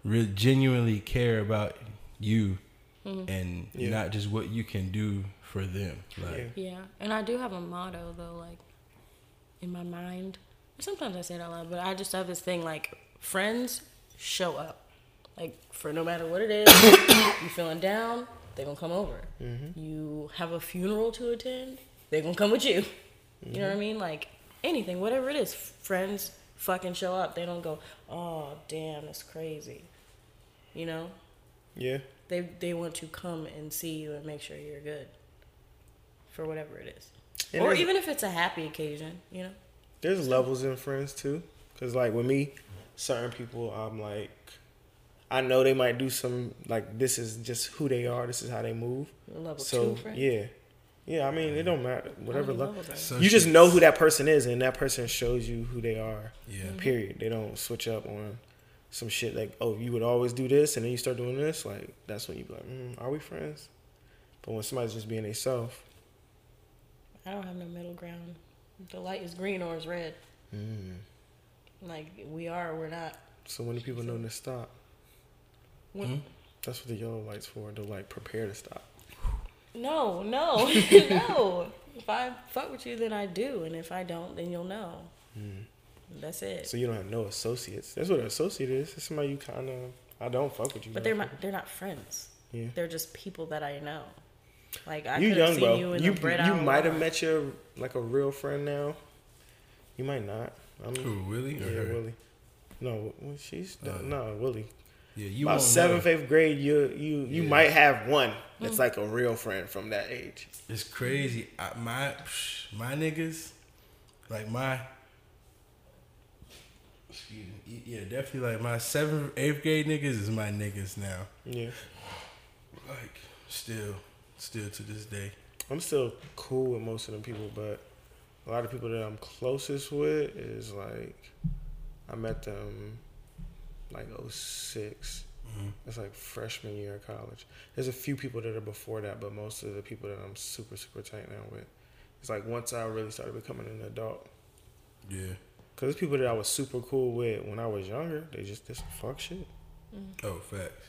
Speaker 3: really genuinely care about you and
Speaker 2: Yeah.
Speaker 3: not just what you can do for them. Like
Speaker 2: Yeah.
Speaker 4: Yeah, and I do have a motto though, like in my mind. Sometimes I say it out loud, but I just have this thing like friends show up, like for no matter what it is. you feeling down, they gonna come over. You have a funeral to attend, they gonna come with you. You know what I mean? Like anything, whatever it is, friends fucking show up. They don't go, oh damn, that's crazy. You know,
Speaker 2: yeah.
Speaker 4: they they want to come and see you and make sure you're good for whatever it is
Speaker 2: And
Speaker 4: or
Speaker 2: there's-
Speaker 4: even if it's a happy occasion you know
Speaker 2: There's levels in friends too, cause like with me, certain people I'm like, I know they might do some like this is just who they are. This is how they move.
Speaker 4: level
Speaker 2: so
Speaker 4: two friend
Speaker 2: yeah, yeah. I mean it don't matter. Whatever
Speaker 4: Only
Speaker 2: level.
Speaker 4: levels are-
Speaker 3: So
Speaker 2: You just
Speaker 3: shit.
Speaker 2: know who that person is, and that person shows you who they are.
Speaker 3: Yeah.
Speaker 2: Period. They don't switch up on some shit like, oh, you would always do this, and then you start doing this. Like that's when you be like, mm, are we friends? But when somebody's just being themselves,
Speaker 4: i don't have no middle ground the light is green or it's red
Speaker 2: Hmm.
Speaker 4: like we are or we're not
Speaker 2: so when do people know to stop? Hmm?
Speaker 4: When-
Speaker 2: That's what the yellow light's for. To like prepare to stop.
Speaker 4: no no no if i fuck with you then i do and if i don't then you'll know that's it
Speaker 2: Hmm. So you don't have no associates. That's what an associate is. It's somebody you kind of. I don't fuck with you. bro.
Speaker 4: but they're not they're not friends
Speaker 2: Yeah.
Speaker 4: they're just people that i know like i
Speaker 2: you
Speaker 4: could have
Speaker 2: young,
Speaker 4: seen
Speaker 2: bro.
Speaker 4: you
Speaker 2: You
Speaker 4: in
Speaker 2: you,
Speaker 4: the bread aisle
Speaker 2: might have
Speaker 4: walmart.
Speaker 2: met your like a real friend now. You might not. I'm
Speaker 3: Who Willie
Speaker 2: yeah,
Speaker 3: or her?
Speaker 2: Willie. No, well, she's
Speaker 3: Oh.
Speaker 2: no Willie.
Speaker 3: Yeah, you
Speaker 2: About
Speaker 3: won't
Speaker 2: seventh,
Speaker 3: know.
Speaker 2: eighth grade, you you you
Speaker 3: Yeah.
Speaker 2: might have one. It's
Speaker 4: Mm.
Speaker 2: like a real friend from that age.
Speaker 3: It's crazy. I, my psh, my niggas, like my. Excuse me. Yeah, definitely. Like my seventh, eighth grade niggas is my niggas now.
Speaker 2: Yeah,
Speaker 3: Like still, still to this day.
Speaker 2: I'm still cool with most of them people, but a lot of people that I'm closest with is like I met them like 06. It's like freshman year of college. There's a few people that are before that, but most of the people that I'm super super tight now with, it's like once I really started becoming an adult.
Speaker 3: Yeah.
Speaker 2: Cause there's people that I was super cool with when I was younger, they just did some fuck shit.
Speaker 3: Oh, facts.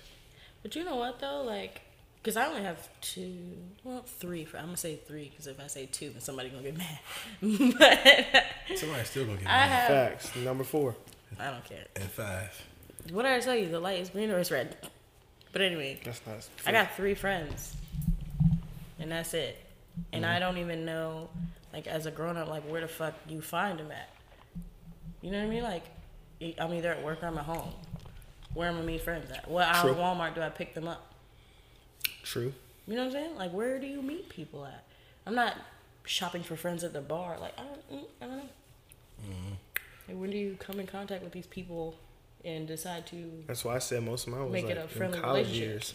Speaker 4: But you know what though, like, because I only have two, well, three. For, I'm gonna say three because if I say two, then somebody gonna get mad. but
Speaker 3: Somebody's still gonna get
Speaker 4: I
Speaker 3: mad.
Speaker 4: have,
Speaker 2: Facts number four.
Speaker 4: I don't care.
Speaker 3: And five.
Speaker 4: What did I tell you? The light is green or it's red. But anyway,
Speaker 2: That's not.
Speaker 4: I got three friends, and that's it. And I don't even know like as a grown up, like where the fuck you find them at? You know what I mean? Like e- I'm either at work or I'm at home. Where am I meet friends at? What hour
Speaker 2: True.
Speaker 4: Walmart do I pick them up?
Speaker 2: True.
Speaker 4: You know what I'm saying? Like where do you meet people at? I'm not shopping for friends at the bar. Like I don't, mm, I don't know.
Speaker 3: Mm-hmm.
Speaker 4: Like, when do you come in contact with these people and decide to?
Speaker 2: That's why I said most of mine was
Speaker 4: Make
Speaker 2: like
Speaker 4: it a friendly
Speaker 2: in college
Speaker 4: relationship.
Speaker 2: years.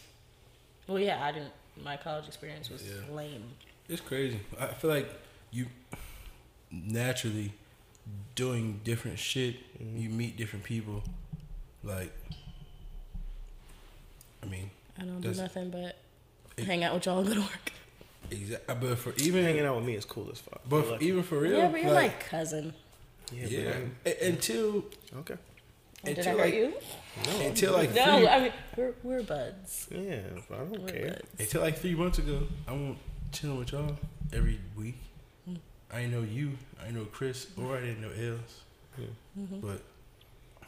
Speaker 4: Well, yeah, I didn't. My college experience was
Speaker 3: Yeah.
Speaker 4: lame.
Speaker 3: It's crazy. I feel like you naturally doing different shit, you meet different people. Like, I mean,
Speaker 4: I don't
Speaker 3: That's-
Speaker 4: do nothing but
Speaker 3: It-
Speaker 4: hang out with y'all and go to work.
Speaker 3: exactly. But for
Speaker 2: Even
Speaker 3: even,
Speaker 2: hanging out with me is cool as fuck.
Speaker 3: but
Speaker 2: You're
Speaker 3: for,
Speaker 2: lucky.
Speaker 3: even for real,
Speaker 4: yeah, but you're like, cousin.
Speaker 2: yeah,
Speaker 3: yeah.
Speaker 2: but I'm-
Speaker 3: A- Until
Speaker 2: okay.
Speaker 4: Oh, did I
Speaker 3: until
Speaker 4: hurt
Speaker 3: like,
Speaker 4: you?
Speaker 3: until like
Speaker 4: No,
Speaker 3: three,
Speaker 4: I mean we're we're buds.
Speaker 2: Yeah, but I don't
Speaker 4: We're
Speaker 2: care.
Speaker 4: buds.
Speaker 3: until like three months ago, I won't chilling with y'all every week.
Speaker 4: Hmm.
Speaker 3: I ain't know you, I ain't know Chris, or I didn't know Els.
Speaker 2: Yeah.
Speaker 4: Mm-hmm.
Speaker 3: But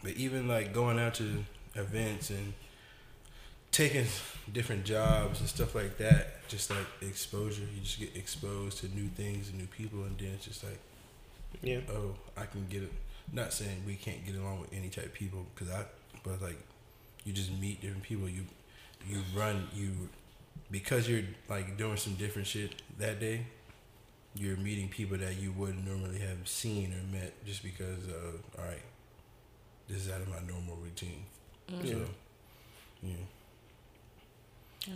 Speaker 3: but even like going out to events and taking different jobs and stuff like that, just like exposure, you just get exposed to new things and new people, and then it's just like,
Speaker 2: Yeah,
Speaker 3: oh, I can get it. Not saying we can't get along with any type of people, because I, but like, you just meet different people. You, you run you, because you're like doing some different shit that day. You're meeting people that you wouldn't normally have seen or met, just because of all right, this is out of my normal routine. So, yeah.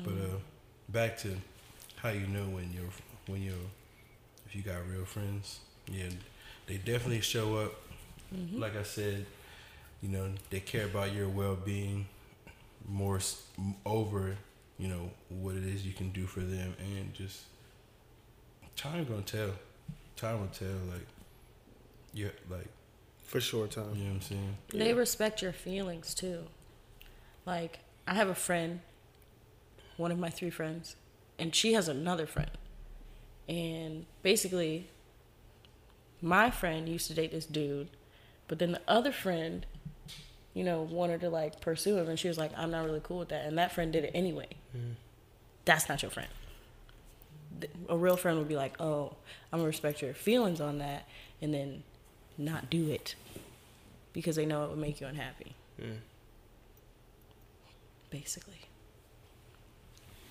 Speaker 3: But uh, back to how you know when you're when you're if you got real friends, yeah, they definitely show up. Like I said, you know, they care about your well being more s- m- over, you know, what it is you can do for them, and just time gonna tell. Time will tell. Like, yeah, like
Speaker 2: for sure,
Speaker 3: you
Speaker 2: time.
Speaker 3: know what I'm saying.
Speaker 4: They respect your feelings too. Like I have a friend, one of my three friends, and she has another friend. And basically, my friend used to date this dude, but then the other friend, you know, wanted to like pursue him, and she was like, "I'm not really cool with that." And that friend did it anyway. That's not your friend. Th- A real friend would be like, "Oh, I'm gonna respect your feelings on that," and then not do it because they know it would make you unhappy. Basically.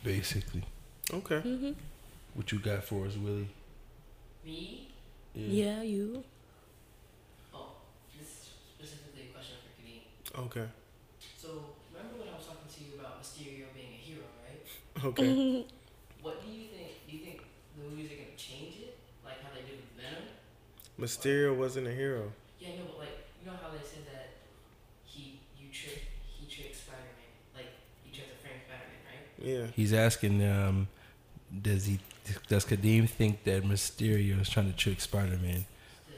Speaker 3: Basically,
Speaker 2: Okay.
Speaker 4: Hmm.
Speaker 3: what you got for us, Willie?
Speaker 5: Me?
Speaker 4: Yeah, you.
Speaker 5: Oh, this is specifically a question for Kadeem.
Speaker 2: Okay.
Speaker 5: So, remember when I was talking to you about Mysterio being a hero, right?
Speaker 2: Okay.
Speaker 5: What do you think? Do you think the movies are gonna change it? Like how they did with Venom?
Speaker 2: Mysterio wasn't a hero.
Speaker 5: Yeah, no, but like you know how they said that he you trick he tricked Spider Man, like you tricked the frame Spider Man, right?
Speaker 2: Yeah.
Speaker 3: He's asking, um, does he does Kadeem think that Mysterio is trying to trick Spider Man?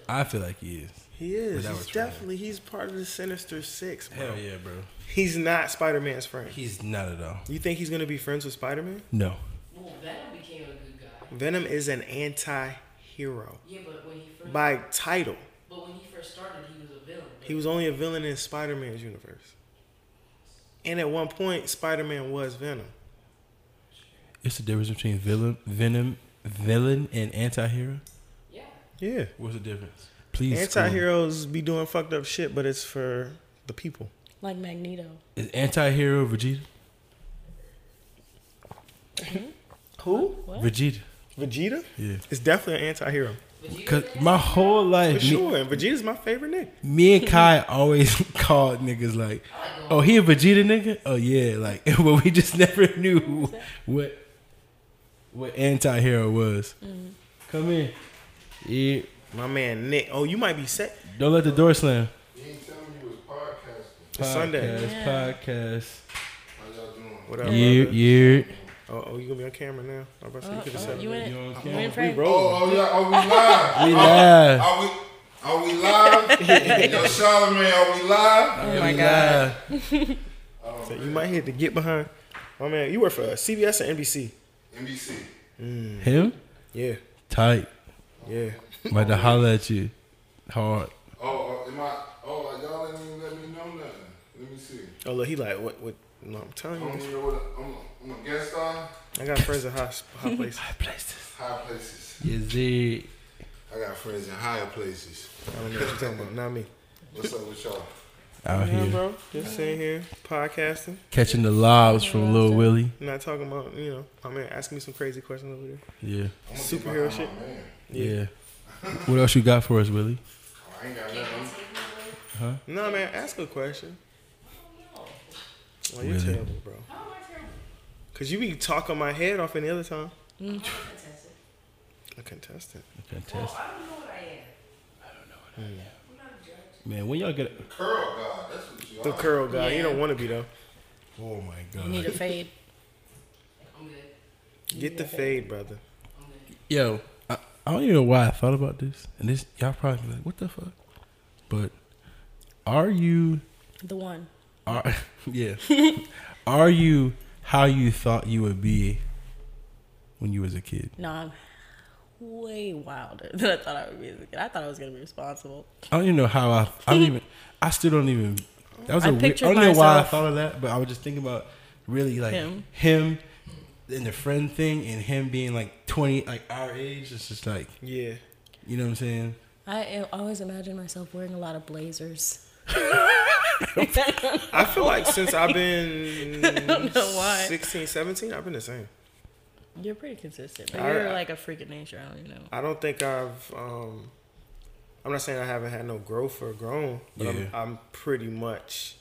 Speaker 3: I feel like he is.
Speaker 2: He is.
Speaker 3: But that
Speaker 2: He's
Speaker 3: was right.
Speaker 2: definitely he's part of the Sinister Six, bro.
Speaker 3: Hell yeah, bro.
Speaker 2: He's not Spider Man's friend.
Speaker 3: He's not at all.
Speaker 2: You think he's gonna be friends with Spider Man?
Speaker 3: No.
Speaker 5: Well, Venom became a good guy.
Speaker 2: Venom is an anti hero.
Speaker 5: Yeah, but when he first
Speaker 2: By title.
Speaker 5: but when he first started, he was a villain. But
Speaker 2: He was only a villain in Spider Man's universe. And at one point Spider Man was Venom.
Speaker 3: It's the difference between villain, venom, villain, and anti-hero.
Speaker 5: yeah,
Speaker 2: Yeah.
Speaker 3: What's the difference? Please.
Speaker 2: Anti heroes be doing fucked up shit, but it's for the people.
Speaker 4: Like Magneto.
Speaker 3: school. Is anti-hero Vegeta?
Speaker 2: Who?
Speaker 4: What?
Speaker 3: Vegeta.
Speaker 2: Vegeta?
Speaker 3: Yeah.
Speaker 2: It's definitely an anti hero.
Speaker 5: but you
Speaker 3: Cause my whole
Speaker 2: For
Speaker 3: life, me,
Speaker 2: sure. And Vegeta's my favorite nigga.
Speaker 3: me and Kai always called niggas like, "Oh, he a Vegeta nigga? Oh yeah." Like, but we just never knew what what anti-hero was.
Speaker 4: Mm-hmm.
Speaker 3: Come in. Yeah.
Speaker 2: My man Nick. Oh, you might be set.
Speaker 3: Don't let the door slam.
Speaker 6: You ain't tell me you was podcasting.
Speaker 2: It's Sunday.
Speaker 3: Podcast,
Speaker 4: Yeah.
Speaker 3: Podcast.
Speaker 6: How y'all doing?
Speaker 2: What up,
Speaker 3: You,
Speaker 2: brother?
Speaker 3: you.
Speaker 2: Oh, oh, you gonna be on camera now? I'm about to say you could have said
Speaker 4: you
Speaker 2: it.
Speaker 4: in
Speaker 3: You on
Speaker 4: it? You
Speaker 3: camera?
Speaker 4: in frame?
Speaker 2: roll.
Speaker 6: Oh, oh yeah, are we live?
Speaker 3: We live.
Speaker 6: Are we? Are we live? Yo, Charlamagne, are we live?
Speaker 4: Oh my god.
Speaker 2: So you might hit the get behind. My man, you work for uh, CBS or NBC?
Speaker 6: NBC.
Speaker 3: Him?
Speaker 2: Yeah,
Speaker 3: Tight.
Speaker 2: yeah.
Speaker 3: About to holler at you. Hard.
Speaker 6: Oh, uh, am I? Oh, y'all didn't even let me know nothing. Let me see.
Speaker 2: Oh look, he like what? What? No, I'm
Speaker 6: I
Speaker 2: telling
Speaker 6: don't
Speaker 2: you,
Speaker 6: even know what I'm. I'm a guest star.
Speaker 2: I got friends at high, high places.
Speaker 3: I placed this.
Speaker 6: High places.
Speaker 3: Yes, sir.
Speaker 6: I got friends in higher places.
Speaker 2: I don't know what you're talking about. Not me.
Speaker 6: What's up with y'all?
Speaker 3: out
Speaker 2: Yeah,
Speaker 3: here
Speaker 2: bro. Just sitting here podcasting.
Speaker 3: catching the lobs from Lil Willie.
Speaker 2: I'm not talking about you know. I mean, ask me some crazy questions over there.
Speaker 3: Yeah,
Speaker 6: I'm gonna keep my
Speaker 2: Superhero
Speaker 6: eye on
Speaker 2: shit.
Speaker 6: my Man.
Speaker 3: yeah. What else you got for us, Willie?
Speaker 6: Oh, I ain't got nothing.
Speaker 2: No man, ask a question. Well, you're
Speaker 3: Really?
Speaker 2: terrible, bro. Cause you be talking my head off any other time. A contestant.
Speaker 3: Contest.
Speaker 5: I don't know what I am.
Speaker 3: Man, when y'all get
Speaker 6: Curl God, that's what you are.
Speaker 2: The curl guy. You don't want to be though.
Speaker 3: Oh my
Speaker 4: You need a
Speaker 3: god.
Speaker 4: fade.
Speaker 5: I'm good.
Speaker 2: Get the fade, brother.
Speaker 5: I'm good.
Speaker 3: Yo, I, I don't even know why I thought about this. And this y'all probably be like, what the fuck? But are you
Speaker 4: The one.
Speaker 3: are yeah. are you how you thought you would be when you was a kid?
Speaker 4: No, I'm way wilder than I thought I would be. as a kid. I thought I was gonna be responsible.
Speaker 3: I don't even know how I I don't even I still don't even that was a
Speaker 4: I
Speaker 3: weird, I
Speaker 4: pictured
Speaker 3: don't know why I
Speaker 4: myself-
Speaker 3: thought of that, but I was just thinking about really like him,
Speaker 4: Him.
Speaker 3: and the friend thing and him being like twenty like our age. It's just like
Speaker 2: Yeah.
Speaker 3: you know what I'm saying?
Speaker 4: I always imagine myself wearing a lot of blazers.
Speaker 2: I feel like since I've been
Speaker 4: don't know why.
Speaker 2: 16, 17, I've been the same.
Speaker 4: You're pretty consistent. But
Speaker 2: I-
Speaker 4: you're like a freak of nature. I don't even know.
Speaker 2: I don't think I've. Um, I'm not saying I haven't had no growth or grown, but
Speaker 3: Yeah.
Speaker 2: I'm, I'm pretty much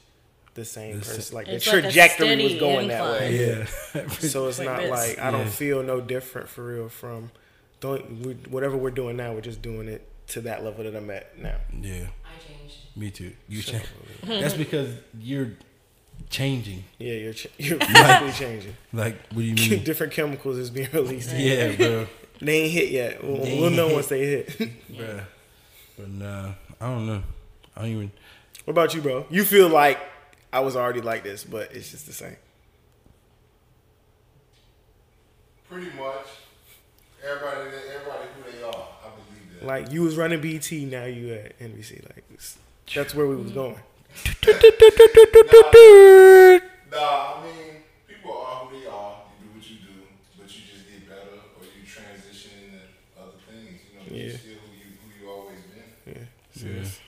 Speaker 2: the same
Speaker 3: The sa-
Speaker 2: person. Like
Speaker 4: It's
Speaker 2: the
Speaker 4: like a
Speaker 2: trajectory was
Speaker 4: steady
Speaker 2: going that
Speaker 4: incline.
Speaker 2: way.
Speaker 3: Yeah.
Speaker 2: So it's
Speaker 4: Like
Speaker 2: not
Speaker 4: this.
Speaker 2: like I don't
Speaker 3: Yeah.
Speaker 2: feel no different for real from don't we, whatever we're doing now. We're just doing it to that level that I'm at now.
Speaker 3: yeah.
Speaker 5: I changed.
Speaker 3: Me too. You change. That's because you're changing.
Speaker 2: Yeah, you're ch- you're basically changing.
Speaker 3: Like, what do you mean?
Speaker 2: Different chemicals is being released.
Speaker 3: yeah, bro.
Speaker 2: They ain't hit yet. We'll,
Speaker 3: They
Speaker 2: we'll
Speaker 3: ain't
Speaker 2: know
Speaker 3: hit.
Speaker 2: once they hit. what
Speaker 3: Bruh. But nah, I don't know. I don't even.
Speaker 2: about you, bro? You feel like I was already like this, but it's just the same.
Speaker 6: Pretty much. Everybody, everybody who they are, I believe that.
Speaker 2: Like you was running BT, now you at NBC. Like it's- that's where we was going.
Speaker 6: Nah, I mean, people are who they are. You do what you do, but you just get better or you transition into other things. You know,
Speaker 2: Yeah.
Speaker 6: you're still who you, who you always been.
Speaker 2: Yeah. So
Speaker 3: Yeah.
Speaker 2: it's-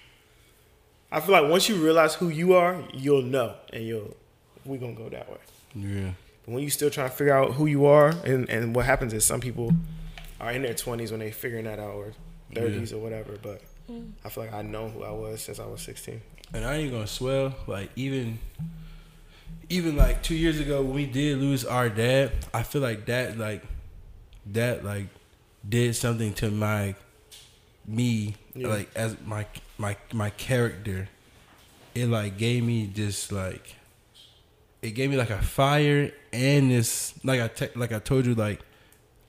Speaker 2: I feel like once you realize who you are, you'll know, and you'll we gonna go that way.
Speaker 3: Yeah.
Speaker 2: But when you still trying to figure out who you are, and and what happens is some people are in their twenties when they figuring that out, or thirties or whatever. But I feel like I know who I was since I was sixteen.
Speaker 3: And I ain't gonna swell. Like even, even like two years ago when we did lose our dad, I feel like that like, that like, did something to my, me
Speaker 2: Yeah.
Speaker 3: like as my my my character. It like gave me just like, it gave me like a fire and this like I te- like I told you like,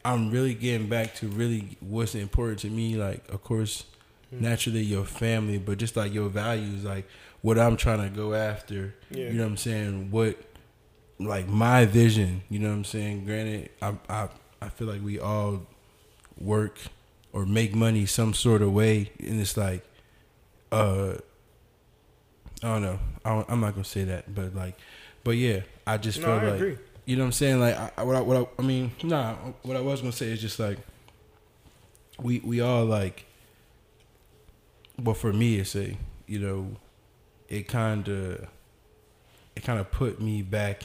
Speaker 3: I'm really getting back to really what's important to me. Like of course naturally your family, but just like your values, like what I'm trying to go after.
Speaker 2: Yeah.
Speaker 3: You know what I'm saying? What like my vision, you know what I'm saying? Granted, I I I feel like we all work or make money some sort of way and it's like uh I don't know. I don't, I'm not gonna say that, but like, but yeah, I just
Speaker 2: No,
Speaker 3: feel
Speaker 2: I
Speaker 3: like
Speaker 2: agree.
Speaker 3: you know what I'm saying. Like, I, I- what I, what I, I mean, nah. What I was gonna say is just like we we all like. Well, for me, it's a you know, it kind of it kind of put me back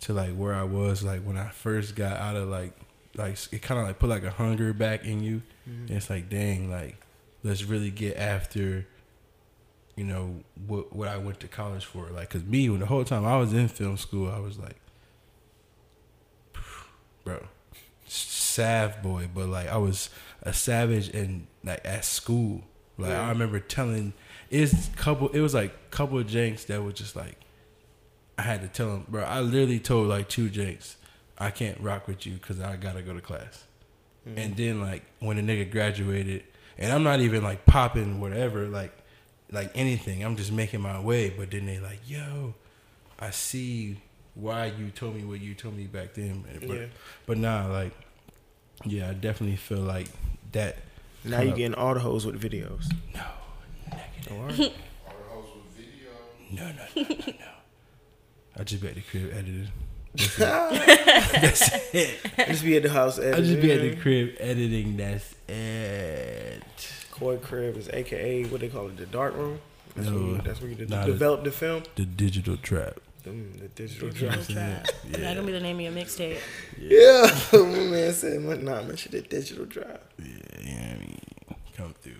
Speaker 3: to like where I was like when I first got out of like like it kind of like put like a hunger back in you. And it's like dang, like let's really get after you know what what I went to college for. Like, cause me when the whole time I was in film school, I was like, bro, sav boy. But like, I was a savage and like at school. Like, I remember telling it's couple. It was like couple of janks that was just like, I had to tell them, bro. I literally told like two janks, I can't rock with you because I gotta go to class. And then like when the nigga graduated, and I'm not even like popping whatever, like like anything. I'm just making my way. But then they like, yo, I see why you told me what you told me back then. But
Speaker 2: Yeah.
Speaker 3: but nah, like yeah, I definitely feel like that.
Speaker 2: Now you
Speaker 3: kinda-
Speaker 2: getting all the hoes with videos.
Speaker 3: no negative.
Speaker 6: All the hoes with video.
Speaker 3: No, no, no, no, no. I just bet the crib edited. That's it.
Speaker 2: I just be at the house
Speaker 3: I
Speaker 2: editing.
Speaker 3: just be at the crib editing. That's it.
Speaker 2: Koi crib is AKA what they call it, the dark room. That's, where, you,
Speaker 3: No,
Speaker 2: that's where you de-
Speaker 3: nah, the-
Speaker 2: develop the film.
Speaker 3: The digital trap.
Speaker 2: Them- the digital
Speaker 3: You know
Speaker 2: drive.
Speaker 3: what I'm saying?
Speaker 4: That gonna be the name of your mixtape.
Speaker 2: Yeah, my man said, my, nah, man, shit, the digital drive.
Speaker 3: Yeah, you know what I mean? Come through.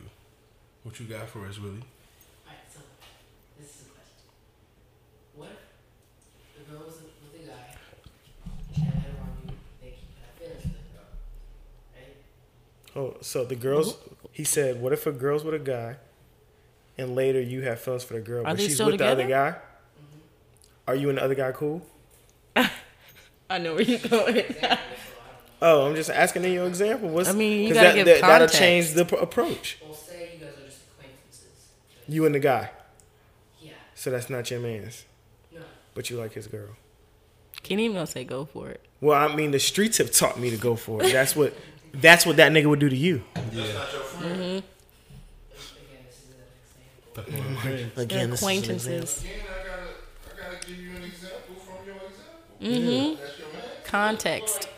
Speaker 3: What you got for us, Willie?
Speaker 5: Alright, so this is a question. What if the girl was with a guy and later on you they keep had feelings for the girl? Right?
Speaker 2: Oh, so the girls, he said, what if a girl's with a guy and later you have feelings for the girl,
Speaker 4: Are
Speaker 2: but
Speaker 4: they
Speaker 2: she's
Speaker 4: still
Speaker 2: with the other
Speaker 4: together?
Speaker 2: guy? Are you and the other guy cool?
Speaker 4: I know where you're going.
Speaker 2: Oh, I'm just asking in your example. What's,
Speaker 4: I mean, you
Speaker 2: 'cause
Speaker 4: gotta
Speaker 2: that,
Speaker 4: give
Speaker 2: that, That'll
Speaker 4: context.
Speaker 2: change the p- approach.
Speaker 5: Well, say you guys are just acquaintances. but-
Speaker 2: You and the guy.
Speaker 5: Yeah.
Speaker 2: So that's not your man's,
Speaker 5: No.
Speaker 2: but you like his girl.
Speaker 4: Can't even gonna say go for it.
Speaker 2: Well, I mean, the streets have taught me to go for it. That's what, that's what that nigga would do to you.
Speaker 6: That's not your friend.
Speaker 5: Again, this is an example.
Speaker 2: Again, this is an example.
Speaker 4: acquaintances,
Speaker 6: Again, I gotta, I gotta give you an example from your example. That's your man.
Speaker 4: context.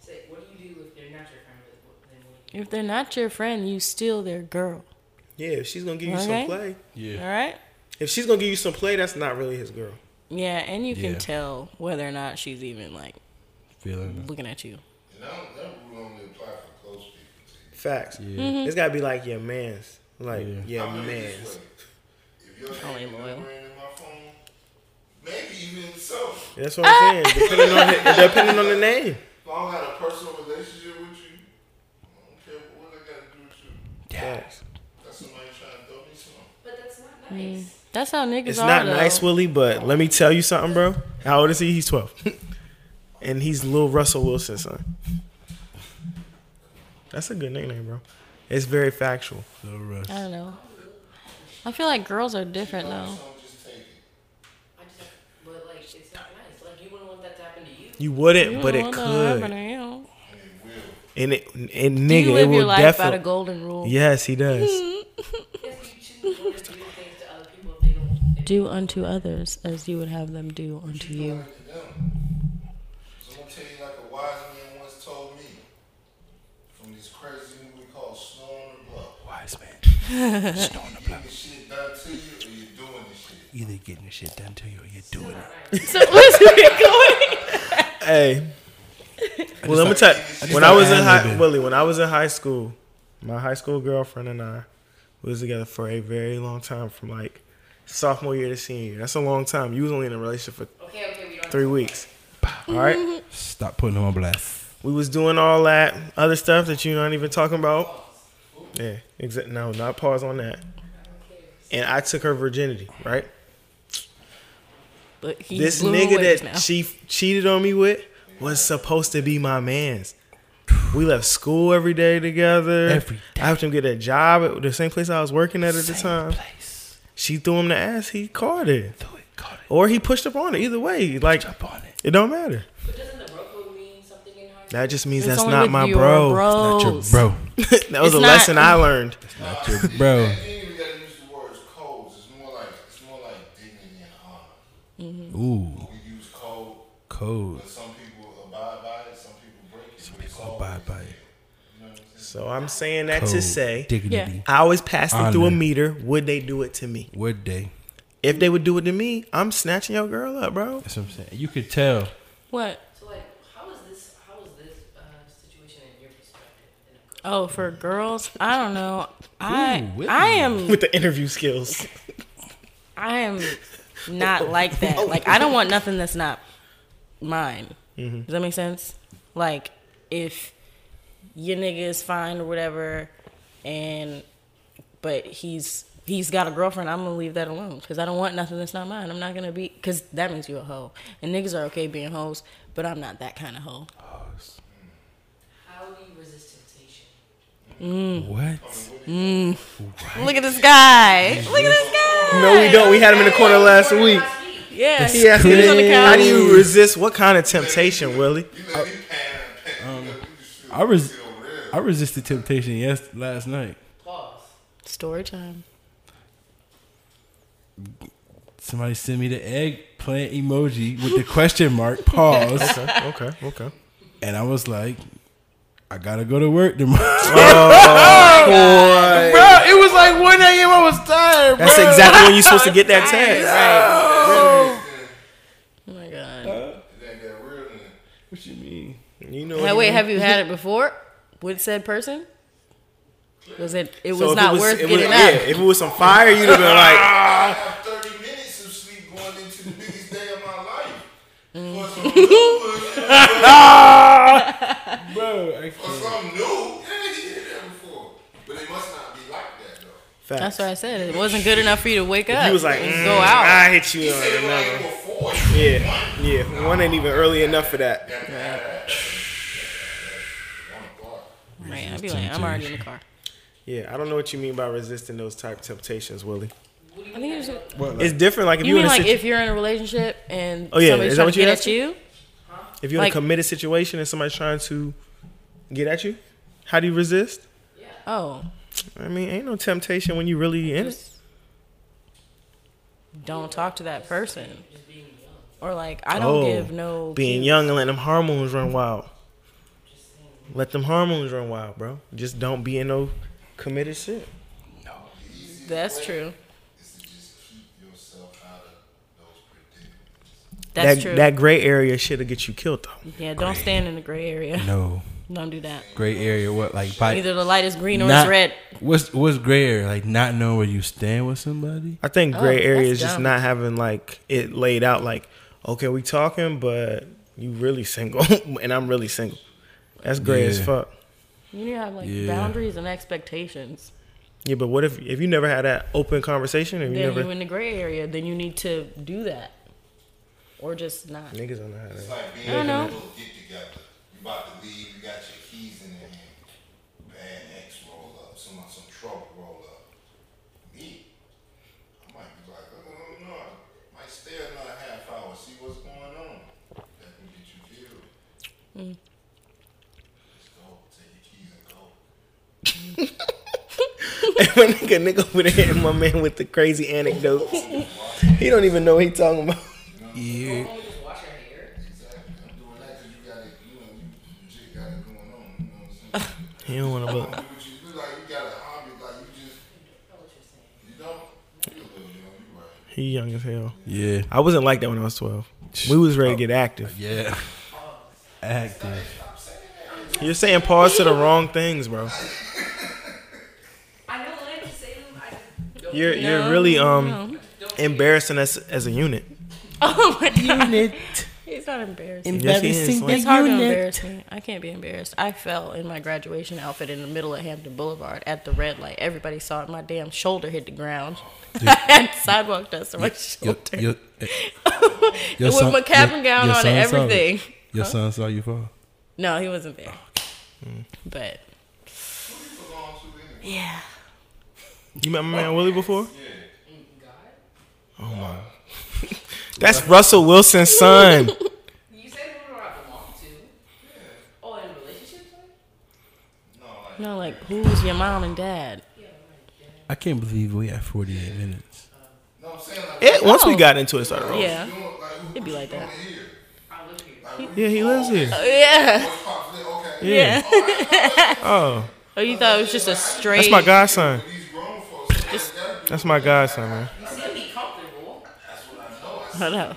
Speaker 5: Say, what do you do if they're not your friend? But what- then what do you do?
Speaker 4: If they're not your friend, you still their girl.
Speaker 2: Yeah, if she's gonna give you
Speaker 4: Okay.
Speaker 2: some play.
Speaker 3: Yeah.
Speaker 4: All right.
Speaker 2: If she's gonna give you some play, that's not really his girl.
Speaker 4: Yeah, and you can
Speaker 3: Yeah.
Speaker 4: tell whether or not she's even like
Speaker 3: Feeling.
Speaker 4: looking at you.
Speaker 6: And I don't, that rule only apply for close people to you.
Speaker 2: Facts.
Speaker 3: Yeah.
Speaker 4: Mm-hmm.
Speaker 2: It's gotta be like your man's, like
Speaker 3: Yeah.
Speaker 2: your
Speaker 6: I mean, this
Speaker 2: man's.
Speaker 6: way, If your
Speaker 4: Only
Speaker 6: name is
Speaker 4: loyal.
Speaker 6: ringing in my phone, maybe even so, if
Speaker 2: That's what I'm saying. Depending on the, depending on the name.
Speaker 6: I don't have a personal relationship with you, I don't care what I gotta do with you.
Speaker 2: Facts.
Speaker 6: That's somebody trying to throw me some.
Speaker 5: But that's not nice.
Speaker 4: That's how niggas
Speaker 2: It's
Speaker 4: are.
Speaker 2: not
Speaker 4: though.
Speaker 2: nice, Willie, but let me tell you something, bro. How old is he? He's twelve, and he's Lil Russell Wilson, son. That's a good nickname, bro. It's very factual.
Speaker 3: Little Russ.
Speaker 4: I don't know. I feel like girls are different though.
Speaker 6: So just take it.
Speaker 5: I just, but like, it's not nice. Like, you wouldn't want that to happen to you.
Speaker 2: You wouldn't,
Speaker 4: You
Speaker 2: but
Speaker 4: don't
Speaker 2: it
Speaker 4: want that to happen to
Speaker 2: could,
Speaker 4: you.
Speaker 6: And it will.
Speaker 2: and it and
Speaker 4: Do you
Speaker 2: nigga, it
Speaker 4: live your
Speaker 2: will
Speaker 4: life by the
Speaker 2: definitely.
Speaker 4: golden rule?
Speaker 2: Yes, he does.
Speaker 5: Yes, you shouldn't want to do things to other people if they don't. If
Speaker 4: Do unto others as you would have them do unto you.
Speaker 6: Like to them. So I'm gonna tell you like a wise man once told me from this crazy movie called Snow on the Block.
Speaker 3: Wise man. Snow on the
Speaker 6: You
Speaker 3: block.
Speaker 6: get the shit done to you or you're doing the shit.
Speaker 3: Either getting the shit done to you or you're doing it.
Speaker 4: So where's it going?
Speaker 2: Hey. Well, let me tell
Speaker 3: thought- just
Speaker 2: you. When I
Speaker 3: thought
Speaker 2: was in
Speaker 3: Anna
Speaker 2: high,
Speaker 3: been-
Speaker 2: Willie, when I was in high school, my high school girlfriend and I we was together for a very long time, from like sophomore year to senior year. That's a long time. You was only in a relationship for
Speaker 5: okay, okay, we don't.
Speaker 2: three weeks. All right,
Speaker 3: Stop putting him on blast.
Speaker 2: we was doing all that other stuff that you're not even talking about. Yeah, exactly. No, not pause on that. And I took her virginity, right?
Speaker 4: But he
Speaker 2: this
Speaker 4: blew
Speaker 2: nigga
Speaker 4: away
Speaker 2: that
Speaker 4: now.
Speaker 2: she f- cheated on me with was supposed to be my man's. We left school every day together.
Speaker 3: Every
Speaker 2: I helped him get a job at the same place I was working at at the
Speaker 3: Same
Speaker 2: time.
Speaker 3: place.
Speaker 2: She threw him the ass. He caught it,
Speaker 3: Do it. Caught it.
Speaker 2: or he pushed up on it. Either way, like
Speaker 3: Jump on it.
Speaker 2: it don't matter.
Speaker 5: But doesn't the broken mean something in her?
Speaker 2: That just means
Speaker 4: It's
Speaker 2: that's
Speaker 4: only
Speaker 2: not
Speaker 4: with
Speaker 2: my
Speaker 4: your
Speaker 2: bro.
Speaker 3: Not your
Speaker 4: bros.
Speaker 3: bro.
Speaker 2: that was a
Speaker 4: It's not-
Speaker 2: lesson I learned.
Speaker 3: Not your bro.
Speaker 6: You ain't even gotta use the words codes. It's more like it's more like dignity and honor.
Speaker 3: Ooh.
Speaker 6: We use code,
Speaker 3: Cold.
Speaker 6: but some people abide by it, some people break it. Some
Speaker 3: People abide by it.
Speaker 6: You know what I'm saying?
Speaker 2: So I'm saying that to
Speaker 3: Code.
Speaker 2: say,
Speaker 3: Dignity.
Speaker 4: Yeah.
Speaker 2: I always passed them through a
Speaker 3: Honor.
Speaker 2: meter. Would they do it to me?
Speaker 3: Would they?
Speaker 2: If they would do it to me, I'm snatching your girl up, bro.
Speaker 3: That's what I'm saying. You could tell.
Speaker 4: What?
Speaker 5: So like, how is this? How is this uh, situation in your perspective? In a girl?
Speaker 4: Oh, for girls, I don't know. I
Speaker 3: Ooh,
Speaker 4: I am
Speaker 2: With the interview skills.
Speaker 4: I am not like
Speaker 2: Oh.
Speaker 4: that. Like I don't want nothing that's not mine.
Speaker 2: Mm-hmm.
Speaker 4: Does that make sense? Like if your nigga is fine or whatever, and but he's he's got a girlfriend, I'm gonna leave that alone because I don't want nothing that's not mine. I'm not gonna be because that means you a hoe, and niggas are okay being hoes, but I'm not that kind of hoe.
Speaker 5: How do you resist temptation?
Speaker 3: What?
Speaker 4: Look at this guy. Look at this guy.
Speaker 2: No, we don't. We had him in the corner last week.
Speaker 4: Yeah,
Speaker 2: He asked
Speaker 4: he was on the
Speaker 2: me, how do
Speaker 4: couch.
Speaker 2: you resist what kind of temptation, Willie?
Speaker 6: You let me pan and pan. you know, you just feel-
Speaker 3: I res-
Speaker 6: feel real.
Speaker 3: I resisted temptation yes last night.
Speaker 5: Pause.
Speaker 4: Story time.
Speaker 3: Somebody sent me the eggplant emoji with the question mark pause,
Speaker 2: Okay, okay.
Speaker 3: and I was like, I gotta go to work tomorrow.
Speaker 4: Oh,
Speaker 2: Boy.
Speaker 3: bro, it was like 1 a.m. I was tired.
Speaker 2: That's
Speaker 3: bro.
Speaker 2: exactly when you're supposed to get that text.
Speaker 4: Oh my god.
Speaker 6: That got real in it.
Speaker 3: What you mean?
Speaker 2: You know.
Speaker 4: Now, wait, have you had it before with said person? Was it? It was
Speaker 2: So if
Speaker 4: not worth
Speaker 2: it
Speaker 4: getting
Speaker 2: was,
Speaker 4: up.
Speaker 2: Yeah, if it was some fire, you'd have been like,
Speaker 6: I have 30 minutes of sleep going into the biggest day of my life. For some new,
Speaker 3: Bro, I
Speaker 6: for some new, yeah, you did that before. But it must not be like that though.
Speaker 4: That's
Speaker 2: facts.
Speaker 4: what I said. It wasn't good enough for you to wake up.
Speaker 2: He was like,
Speaker 4: and
Speaker 2: mm,
Speaker 4: go out.
Speaker 2: I hit you
Speaker 6: Say
Speaker 2: on
Speaker 6: it
Speaker 2: another.
Speaker 6: like before.
Speaker 2: Yeah, yeah. One ain't even early enough for that.
Speaker 4: Man, I'd be like, I'm already in the car.
Speaker 2: Yeah, I don't know what you mean by resisting those type temptations, Willie.
Speaker 4: I think it was.
Speaker 2: It's different. Like if
Speaker 4: You
Speaker 2: you are in
Speaker 4: mean
Speaker 2: a
Speaker 4: like
Speaker 2: situ-
Speaker 4: if you're in a relationship and
Speaker 2: Oh, yeah,
Speaker 4: somebody's
Speaker 2: is that
Speaker 4: trying
Speaker 2: what
Speaker 4: to get
Speaker 2: you're
Speaker 4: at
Speaker 2: asking?
Speaker 4: you?
Speaker 2: if you're in
Speaker 4: like-
Speaker 2: a committed situation and somebody's trying to get at you, how do you resist?
Speaker 4: Oh,
Speaker 2: I mean, ain't no temptation when you really in it.
Speaker 4: don't talk to that person. Or like, I don't
Speaker 2: Oh,
Speaker 4: give no.
Speaker 2: Being young and letting them hormones run wild. Let them hormones run wild, bro. Just don't be in no committed shit.
Speaker 4: That's true.
Speaker 6: Is to just keep yourself out of those predicaments.
Speaker 4: That's
Speaker 2: that
Speaker 4: true.
Speaker 2: that gray area shit'll get you killed though.
Speaker 4: yeah, don't stand in the gray area.
Speaker 3: No.
Speaker 4: Don't do that.
Speaker 3: Gray area, what? Like, by,
Speaker 4: Either the light is green or
Speaker 3: not-
Speaker 4: it's red.
Speaker 3: What's, what's gray area? Like, not knowing where you stand with somebody?
Speaker 2: I think
Speaker 4: Oh,
Speaker 2: gray area
Speaker 4: that's
Speaker 2: is just
Speaker 4: dumb.
Speaker 2: not having like it laid out like, okay, we talking, but you really single and I'm really single. That's gray as
Speaker 3: Yeah.
Speaker 2: fuck.
Speaker 4: You need to have like
Speaker 3: Yeah.
Speaker 4: boundaries and expectations.
Speaker 2: Yeah, but what if if you never had that open conversation and you
Speaker 4: then
Speaker 2: never
Speaker 4: you in the gray area. Then you need to do that, or just not.
Speaker 2: niggas don't know how to
Speaker 6: It's like being
Speaker 4: I don't
Speaker 6: in
Speaker 4: know.
Speaker 6: a little get together. You about to leave, you got your keys in your hand. Bad ex roll up, some some trouble roll up. Me, I might be like, oh, no, no, no. I might stay another half hour, see what's going on. That can get you killed.
Speaker 4: Mm.
Speaker 6: Just go, take your keys and go.
Speaker 2: my nigga, nigga over there, my man with the crazy anecdotes. he don't even know what he talking about.
Speaker 3: Yeah.
Speaker 6: Exactly. I'm doing that 'cause you got it, you know, you legit got it going on. You know what I'm saying?
Speaker 2: He don't want to
Speaker 6: do
Speaker 2: book.
Speaker 6: what you do, like you got a hobby, like you just, you don't. You a little young, you right.
Speaker 2: He young as hell.
Speaker 3: Yeah.
Speaker 2: I wasn't like that when I was twelve. We was ready to get active.
Speaker 3: Yeah. Active.
Speaker 2: You're saying pause to the wrong things, bro.
Speaker 7: I don't like to say them. I
Speaker 2: You're you're really um embarrassing us as a unit.
Speaker 4: Oh my god, he's not embarrassed.
Speaker 2: Yes, he is.
Speaker 4: It's
Speaker 2: Like,
Speaker 4: hard to embarrass me. I can't be embarrassed. I fell in my graduation outfit in the middle of Hampton Boulevard at the red light. Everybody saw it. My damn shoulder hit the ground. I had sidewalk dust on my
Speaker 3: Your,
Speaker 4: shoulder.
Speaker 3: your, eh, your
Speaker 4: with
Speaker 3: son-
Speaker 4: my cap and gown
Speaker 3: your
Speaker 4: on
Speaker 3: son
Speaker 4: and
Speaker 3: saw it.
Speaker 4: everything.
Speaker 3: Your son saw you fall.
Speaker 4: No, he wasn't there. But yeah,
Speaker 2: You met my man Willie before? Oh my. That's Russell Wilson's son.
Speaker 5: You said we were out the mall too. Oh, in relationships?
Speaker 4: no, like who's your mom and dad?
Speaker 3: I can't believe we had 48 minutes.
Speaker 6: No, I'm saying like,
Speaker 2: It, once we
Speaker 4: Oh.
Speaker 2: got into it, started rolling.
Speaker 4: Yeah,
Speaker 6: you know, like who
Speaker 4: it'd be like that.
Speaker 6: here?
Speaker 2: Yeah, he lives here.
Speaker 4: Yeah,
Speaker 6: What's popular? Okay,
Speaker 2: Oh, Yeah. Oh,
Speaker 4: Oh, you thought it was just a straight?
Speaker 2: that's my godson.
Speaker 6: these grown folks. Just, that's,
Speaker 2: That's my godson, man.
Speaker 5: You seem to be comfortable.
Speaker 6: that's what I know. I
Speaker 4: I know.
Speaker 6: said,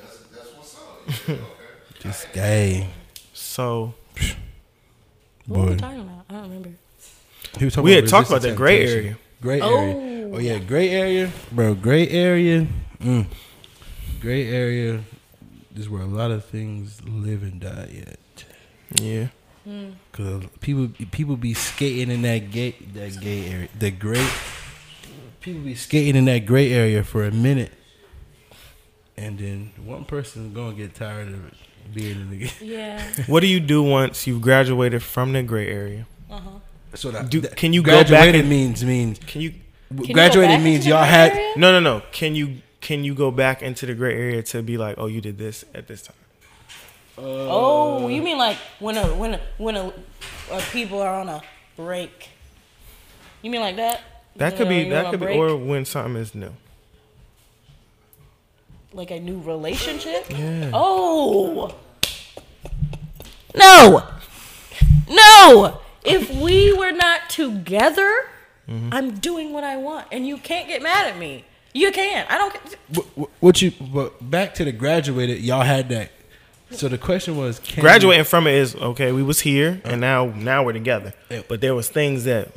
Speaker 6: that's that's what's up. Yeah, okay.
Speaker 3: Just gay.
Speaker 2: So
Speaker 4: What were we
Speaker 3: Boy.
Speaker 4: talking about? I don't remember.
Speaker 3: He was talking
Speaker 2: We had talked about
Speaker 3: resistance
Speaker 2: that gray
Speaker 3: temptation.
Speaker 2: area.
Speaker 3: Gray
Speaker 4: Oh.
Speaker 3: area. Oh yeah, gray area, bro. Gray area. Mm. Gray area is where a lot of things live and die yet.
Speaker 2: yeah.
Speaker 3: Cause people people be skating in that gay that gay area the gray people be skating in that gray area for a minute, and then one person gonna get tired of it being in the.
Speaker 4: Yeah.
Speaker 2: What do you do once you've graduated from the gray area?
Speaker 3: So that,
Speaker 2: Do-
Speaker 3: that-
Speaker 2: can you go back
Speaker 3: graduated
Speaker 2: and-
Speaker 3: means means
Speaker 2: Can you?
Speaker 4: Can you go
Speaker 3: graduated
Speaker 4: back
Speaker 3: means
Speaker 4: into
Speaker 3: y'all had
Speaker 4: that area?
Speaker 2: No, no, no. Can you? Can you go back into the gray area to be like, oh, you did this at this time?
Speaker 4: Oh, you mean like when a when a when a, uh people are on a break? You mean like that?
Speaker 2: That could
Speaker 4: You know,
Speaker 2: be.
Speaker 4: you
Speaker 2: That
Speaker 4: on
Speaker 2: could be.
Speaker 4: break?
Speaker 3: Mm-hmm.
Speaker 2: Or when something is new.
Speaker 4: like a new relationship?
Speaker 3: Yeah.
Speaker 4: Oh. No. No. If we were not together,
Speaker 2: Mm-hmm.
Speaker 4: I'm doing what I want and you can't get mad at me. You can't. I don't get-
Speaker 3: What, what you? But back to the graduated. Y'all had that. So the question was, can
Speaker 2: Graduating from it is okay. We was here, and
Speaker 3: Uh-huh.
Speaker 2: now now we're together.
Speaker 3: Yeah.
Speaker 2: But there was things that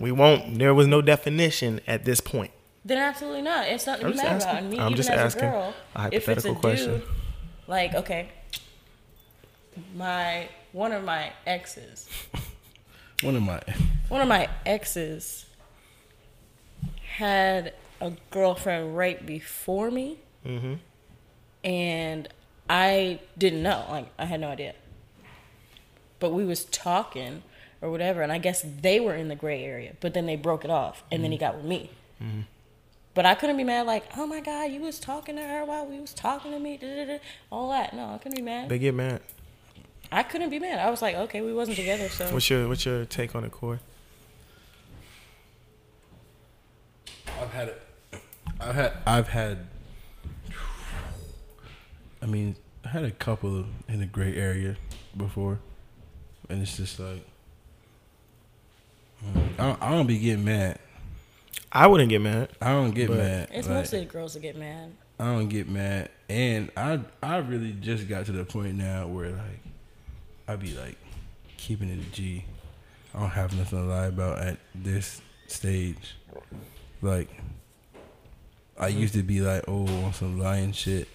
Speaker 2: we won't. There was no definition at this point.
Speaker 4: Then absolutely not. It's not to
Speaker 2: I'm
Speaker 4: be
Speaker 2: just
Speaker 4: mad
Speaker 2: asking-
Speaker 4: about. I mean,
Speaker 2: I'm
Speaker 4: even
Speaker 2: just
Speaker 4: as
Speaker 2: asking
Speaker 4: a girl,
Speaker 2: a
Speaker 4: if it's a
Speaker 2: hypothetical question.
Speaker 4: dude, like okay, my one of my exes,
Speaker 3: One of my.
Speaker 4: one of my exes had a girlfriend right before me,
Speaker 3: Mm-hmm.
Speaker 4: and I didn't know. Like I had no idea. But we was talking or whatever, and I guess they were in the gray area. But then they broke it off, and
Speaker 3: Mm-hmm.
Speaker 4: then he got with me. But I couldn't be mad like, oh my god, you was talking to her while we was talking to me, da-da-da," all that. No, I couldn't be mad.
Speaker 2: They get mad.
Speaker 4: I couldn't be mad. I was like, okay, we wasn't together, so
Speaker 2: What's your What's your take on it, Corey?
Speaker 3: I've had it. I've had. I've had. I mean, I had a couple of, in the gray area before, and it's just like mm, I don't, I don't be getting mad.
Speaker 2: I wouldn't get mad.
Speaker 3: I don't get
Speaker 2: But-
Speaker 3: mad.
Speaker 4: it's
Speaker 3: like,
Speaker 4: mostly the girls that get mad.
Speaker 3: I don't get mad, and I I really just got to the point now where like I be like keeping it a G. I don't have nothing to lie about at this stage. Like I used to be like, oh, on some lying shit,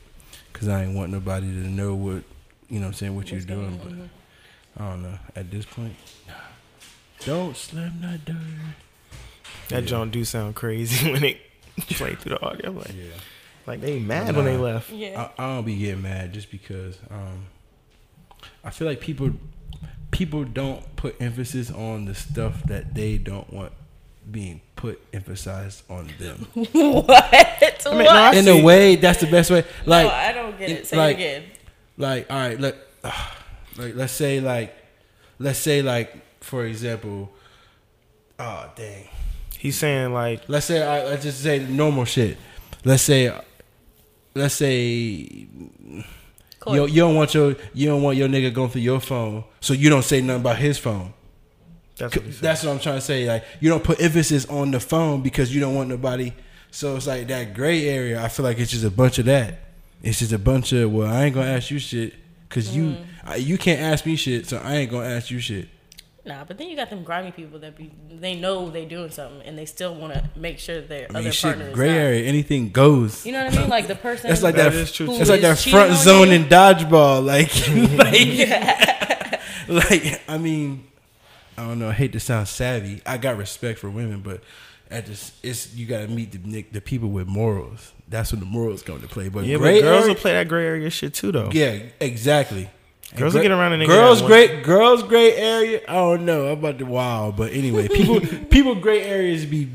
Speaker 3: cause I ain't want nobody to know what you know. what I'm saying what you're doing, but I don't know. At this point, nah. don't slam that door.
Speaker 2: That John do sound crazy when it played through the audio. I'm like,
Speaker 3: Yeah.
Speaker 2: like they mad when they
Speaker 3: Nah.
Speaker 2: left.
Speaker 4: Yeah.
Speaker 3: I, I don't be getting mad just because um, I feel like people people don't put emphasis on the stuff that they don't want being put emphasized on them.
Speaker 4: what?
Speaker 2: mean, no,
Speaker 4: what?
Speaker 2: I-
Speaker 3: In a way, that's the best way. Like
Speaker 4: no, I don't get it. Say
Speaker 3: like,
Speaker 4: it again.
Speaker 3: Like all right, let like let's say like let's say like for example, oh dang.
Speaker 2: He's saying like
Speaker 3: Let's say I let's just say normal shit. Let's say let's say You,
Speaker 4: Corey.
Speaker 3: you don't want your you don't want your nigga going through your phone, so you don't say nothing about his phone.
Speaker 2: that's
Speaker 3: C-
Speaker 2: what he's saying.
Speaker 3: That's what I'm trying to say. Like you don't put emphasis on the phone because you don't want nobody. So it's like that gray area. I feel like it's just a bunch of that. It's just a bunch of well, I ain't gonna ask you shit because you
Speaker 4: Mm.
Speaker 3: I, you can't ask me shit, so I ain't gonna ask you shit.
Speaker 4: nah, but then you got them grimy people that be they know they doing something and they still want to make sure their
Speaker 3: I mean,
Speaker 4: other partner
Speaker 3: shit,
Speaker 4: is
Speaker 3: gray
Speaker 4: not.
Speaker 3: area, anything goes.
Speaker 4: You know what I mean? Like the person.
Speaker 3: that's like
Speaker 2: That
Speaker 3: that.
Speaker 2: is true,
Speaker 3: That's
Speaker 4: too.
Speaker 3: like that
Speaker 4: Who is
Speaker 3: front
Speaker 4: cheating on
Speaker 3: zone
Speaker 4: you?
Speaker 3: in dodgeball. Like, like, like, I mean, I don't know. I hate to sound savvy. I got respect for women, but at this, it's you got to meet the nick- the people with morals. That's when the morals come to play. But
Speaker 2: yeah,
Speaker 3: gray
Speaker 2: but girls
Speaker 3: area-
Speaker 2: will play that gray area shit too though.
Speaker 3: yeah, exactly. And
Speaker 2: Girls will
Speaker 3: gray-
Speaker 2: get around a nigga
Speaker 3: Girls
Speaker 2: that one-
Speaker 3: great. Girls gray area. I don't know. I'm about to wow, but anyway, people people gray areas be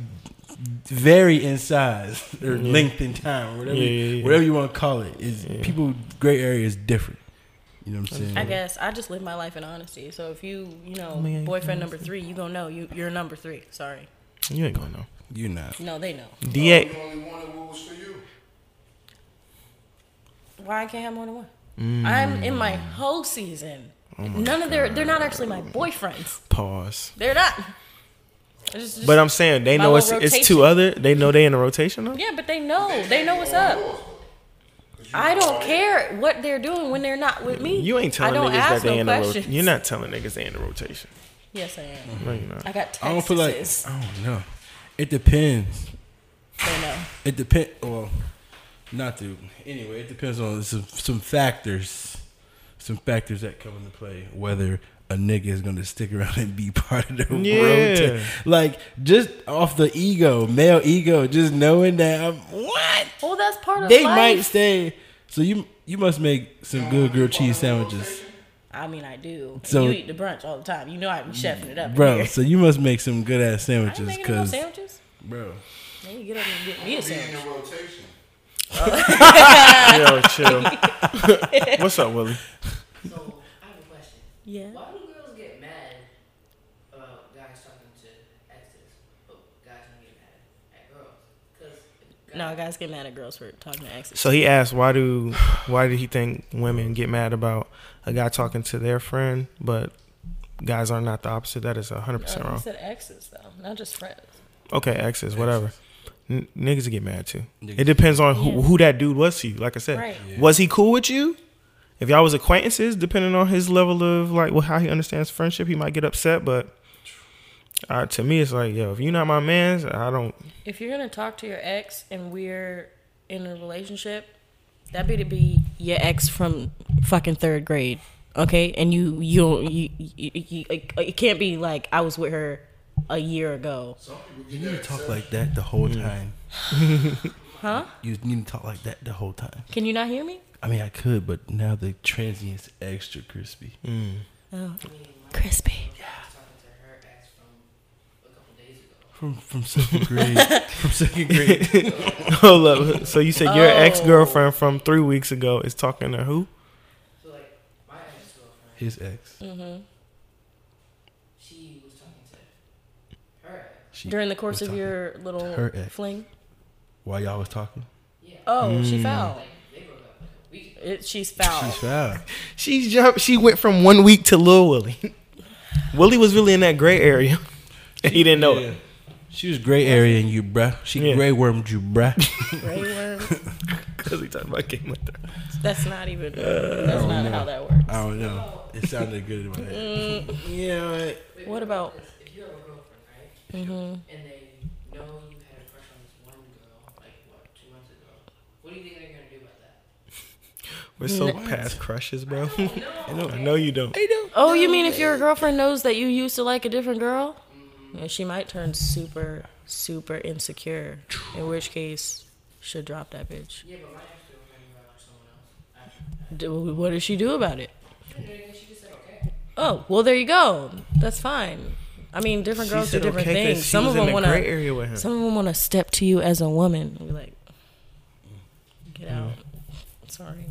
Speaker 3: vary in size or length in time, whatever
Speaker 2: Yeah, yeah, yeah.
Speaker 3: whatever you want to call it. Is people gray area is different. You know what I'm saying?
Speaker 4: I guess I just live my life in honesty. So if you, you know,
Speaker 2: Man,
Speaker 4: boyfriend number three, you gonna know you you're number three. Sorry,
Speaker 2: You ain't gonna know.
Speaker 3: You're not.
Speaker 4: no, they know.
Speaker 2: Da
Speaker 6: You only wanted what was for you.
Speaker 4: Why I can't have more than one?
Speaker 3: Mm.
Speaker 4: I'm in my whole season.
Speaker 3: Oh
Speaker 4: None of their they're not actually my boyfriends.
Speaker 2: pause.
Speaker 4: They're not. It's just-
Speaker 2: But I'm saying they
Speaker 4: My
Speaker 2: know it's
Speaker 4: little
Speaker 2: it's two other. They know they in a rotation though.
Speaker 4: yeah, but they know they know what's up. I don't care what they're doing when they're not with me.
Speaker 2: You ain't telling
Speaker 4: I don't
Speaker 2: niggas that
Speaker 4: ask
Speaker 2: they
Speaker 4: no
Speaker 2: in a
Speaker 4: questions.
Speaker 2: rotation. You're not Mm-hmm. telling niggas they in a rotation.
Speaker 4: Yes, I am.
Speaker 2: No, you're not.
Speaker 4: I got texts.
Speaker 3: I don't feel like. I don't know. It depends.
Speaker 4: they know.
Speaker 3: It depend. Well, not to. Anyway, it depends on some, some factors. Some factors that come into play. Whether a nigga is going to stick around and be part of the
Speaker 2: Yeah.
Speaker 3: rotation. Like, just off the ego, male ego, just knowing that I'm. What?
Speaker 4: Well, Oh, that's part of
Speaker 3: They
Speaker 4: life.
Speaker 3: might stay. So you you must make some good grilled cheese sandwiches.
Speaker 4: I mean, I do. And
Speaker 3: So-
Speaker 4: you eat the brunch all the time. You know I be chefing it up, in
Speaker 3: Bro,
Speaker 4: here.
Speaker 3: so you must make some good ass
Speaker 4: I ain't
Speaker 3: sandwiches,
Speaker 4: making no
Speaker 3: cause
Speaker 4: sandwiches.
Speaker 3: bro,
Speaker 4: Then you get up and get me a
Speaker 6: Be in
Speaker 4: sandwich.
Speaker 6: the rotation.
Speaker 2: Yo, chill. What's up, Willie?
Speaker 5: So I have a question.
Speaker 4: Yeah.
Speaker 5: Why do girls get mad about guys talking to exes, but guys don't get mad at girls? Because
Speaker 4: No, guys get mad at girls for talking to exes.
Speaker 2: So he asked, why do why did he think women get mad about a guy talking to their friend, but guys are not the opposite? That is hundred percent
Speaker 4: Uh, he
Speaker 2: wrong.
Speaker 4: said exes though, not just friends.
Speaker 2: Okay, exes, whatever. N- niggas get mad too.
Speaker 3: Niggas.
Speaker 2: It depends on who,
Speaker 4: Yeah.
Speaker 2: who that dude was to you. Like I said,
Speaker 4: Right. Yeah.
Speaker 2: was he cool with you? If y'all was acquaintances, depending on his level of like well, how he understands friendship, he might get upset. But uh, to me, it's like, yo, if you're not my man's, I don't.
Speaker 4: If you're gonna talk to your ex and we're in a relationship, that be to be your ex from fucking third grade, okay? And you you don't you, you, you it it can't be like I was with her a year ago.
Speaker 6: Some people
Speaker 3: You need
Speaker 6: get
Speaker 3: to
Speaker 6: that
Speaker 3: talk
Speaker 6: talk
Speaker 3: like that the whole time.
Speaker 4: Huh?
Speaker 3: You need to talk like that the whole time.
Speaker 4: Can you not hear me?
Speaker 3: I mean, I could, but now the transient's extra crispy.
Speaker 2: mm.
Speaker 4: Oh, crispy.
Speaker 5: talking to her ex from a couple days ago.
Speaker 3: From from second grade. from second grade.
Speaker 2: Hold up. So you said your
Speaker 4: Oh.
Speaker 2: ex girlfriend from three weeks ago is talking to who?
Speaker 5: So like my ex girlfriend,
Speaker 3: His ex.
Speaker 5: she was talking to her ex.
Speaker 3: She
Speaker 4: During the course
Speaker 3: was
Speaker 4: of
Speaker 3: talking
Speaker 4: your little
Speaker 3: to her ex.
Speaker 4: fling.
Speaker 3: While y'all was talking.
Speaker 4: Oh,
Speaker 3: Mm.
Speaker 4: she foul.
Speaker 5: They broke up like a week.
Speaker 4: It, she's foul.
Speaker 3: She's foul.
Speaker 2: She jumped. She went from one week to Lil Willie. Willie was really in that gray area, and he didn't know
Speaker 3: Yeah.
Speaker 2: it.
Speaker 3: She was gray area in you, bruh. She
Speaker 2: Yeah.
Speaker 3: gray wormed you, bruh.
Speaker 4: Grey worm.
Speaker 2: Cause he talking about Game of Thrones.
Speaker 4: That's not even. That's
Speaker 3: don't
Speaker 4: not
Speaker 3: know.
Speaker 4: how that works.
Speaker 3: I don't know. It sounded good in my head. yeah, right.
Speaker 4: What about?
Speaker 5: If you have a girlfriend, right? And they know you had a crush on this one girl, like what, two months ago. What do you think they're gonna do about that?
Speaker 2: We're so past crushes, bro. I know, I know you don't.
Speaker 4: Oh, you mean if your girlfriend knows that you used to like a different girl, Yeah, she might turn super, super insecure. In which case, should drop that bitch.
Speaker 5: Yeah, but my ex girlfriend got like someone else.
Speaker 4: Do, what does she do about it?
Speaker 5: And then she just said okay.
Speaker 4: Oh, well, there you go. That's fine. I mean, different girls do different things. Some of them want
Speaker 2: gray
Speaker 4: to.
Speaker 2: area with him.
Speaker 4: Some of them want to step to you as a woman. Be like, get
Speaker 2: Mm.
Speaker 4: out. Sorry.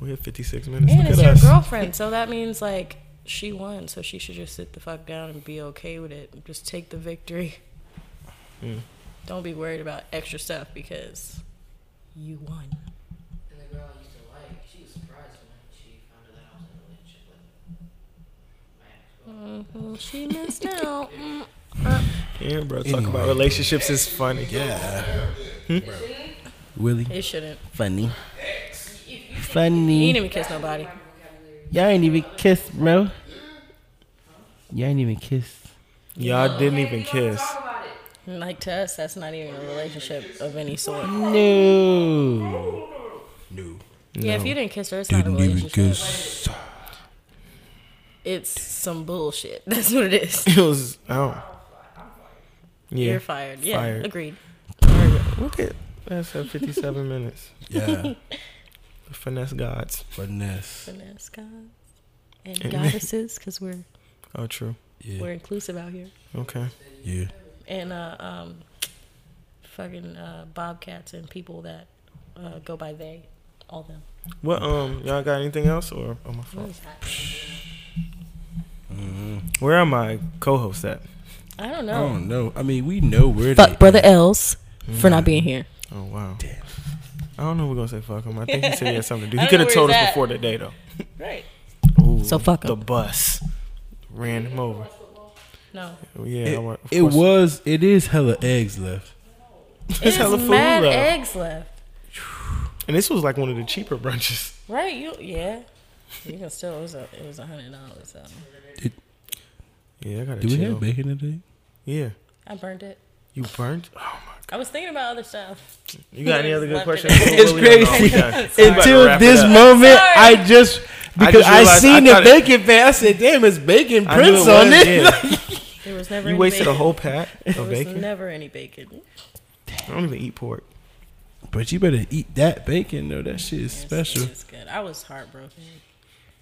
Speaker 2: we have 56 minutes.
Speaker 4: And
Speaker 2: Look
Speaker 4: it's
Speaker 2: at
Speaker 4: your
Speaker 2: us.
Speaker 4: girlfriend, so that means like she won, so she should just sit the fuck down and be okay with it. Just take the victory.
Speaker 2: Hmm.
Speaker 4: Don't be worried about extra stuff because you won.
Speaker 5: And the girl I used to like, she was surprised when she found out that I was in a relationship with my ex girlfriend.
Speaker 4: Well, Mm-hmm. she missed out. Mm.
Speaker 2: Yeah, bro. Talk
Speaker 3: Anyway.
Speaker 2: about relationships is funny.
Speaker 3: Yeah. Willie.
Speaker 4: It shouldn't.
Speaker 3: Funny.
Speaker 4: He
Speaker 3: Funny.
Speaker 4: didn't even kiss nobody.
Speaker 3: Y'all ain't even kiss, bro. Y'all ain't even kiss.
Speaker 2: Y'all didn't even kiss.
Speaker 4: Like to us, that's not even a relationship of any sort.
Speaker 3: No. No.
Speaker 4: Yeah, if you didn't kiss her, it's not a relationship. It's some bullshit. That's what it is.
Speaker 2: It was. I don't. Yeah.
Speaker 4: You're fired. Yeah,
Speaker 2: Fired.
Speaker 4: agreed.
Speaker 2: Look at that's at 57 minutes.
Speaker 3: Yeah.
Speaker 2: Finesse gods.
Speaker 3: Finesse.
Speaker 4: Finesse gods and goddesses, because we're
Speaker 2: Oh, true.
Speaker 4: we're
Speaker 3: Yeah.
Speaker 4: inclusive out here.
Speaker 2: Okay.
Speaker 3: Yeah.
Speaker 4: and uh, um, fucking uh, bobcats and people that uh, go by they, all them.
Speaker 2: What um y'all got anything else or on my
Speaker 4: What
Speaker 2: phone?
Speaker 4: is that?
Speaker 3: Mm-hmm.
Speaker 2: Where are my co-hosts at?
Speaker 4: I don't
Speaker 3: I
Speaker 2: Oh,
Speaker 4: know.
Speaker 3: don't know. I mean, we know where
Speaker 4: Fuck
Speaker 3: they
Speaker 4: brother L's for not being here.
Speaker 2: Oh wow.
Speaker 3: Damn.
Speaker 2: I don't know. if We're gonna say fuck him. I think he said he had something to do. He
Speaker 4: I don't
Speaker 2: could
Speaker 4: know
Speaker 2: have
Speaker 4: where
Speaker 2: told
Speaker 4: he's
Speaker 2: us
Speaker 4: at.
Speaker 2: before that day though.
Speaker 4: Right.
Speaker 2: Ooh,
Speaker 4: So fuck
Speaker 2: The
Speaker 4: him.
Speaker 2: bus ran him over.
Speaker 4: No.
Speaker 2: Yeah. I wa-
Speaker 3: It,
Speaker 2: of
Speaker 3: it
Speaker 2: course.
Speaker 3: was. It is hella eggs left.
Speaker 2: It's
Speaker 4: It's
Speaker 2: hella food
Speaker 4: mad
Speaker 2: left.
Speaker 4: eggs left.
Speaker 2: And this was like one of the cheaper brunches.
Speaker 4: Right. You yeah. You can still it was a it was a hundred dollars. um, So
Speaker 2: Yeah, I gotta
Speaker 3: Do we
Speaker 2: chill.
Speaker 3: have bacon today?
Speaker 2: yeah.
Speaker 4: I burned it.
Speaker 2: You burnt? Oh my
Speaker 4: I was thinking about other stuff.
Speaker 2: You got any other good
Speaker 4: Left
Speaker 2: questions?
Speaker 4: it
Speaker 2: It's
Speaker 3: crazy. Until this moment,
Speaker 4: Sorry.
Speaker 3: I just because I,
Speaker 2: realized- I
Speaker 3: seen the
Speaker 2: thought it-
Speaker 3: bacon pan. I said, "Damn, it's bacon
Speaker 2: I knew it
Speaker 3: prints
Speaker 2: was,
Speaker 3: on it."
Speaker 2: yeah.
Speaker 4: There was never
Speaker 2: You
Speaker 4: any
Speaker 2: wasted a
Speaker 4: bacon.
Speaker 2: whole pack
Speaker 4: There
Speaker 2: of
Speaker 4: was
Speaker 2: bacon.
Speaker 4: never any bacon.
Speaker 2: I don't even eat pork.
Speaker 3: But you better eat that bacon though. That shit is special.
Speaker 4: It's good. I was heartbroken.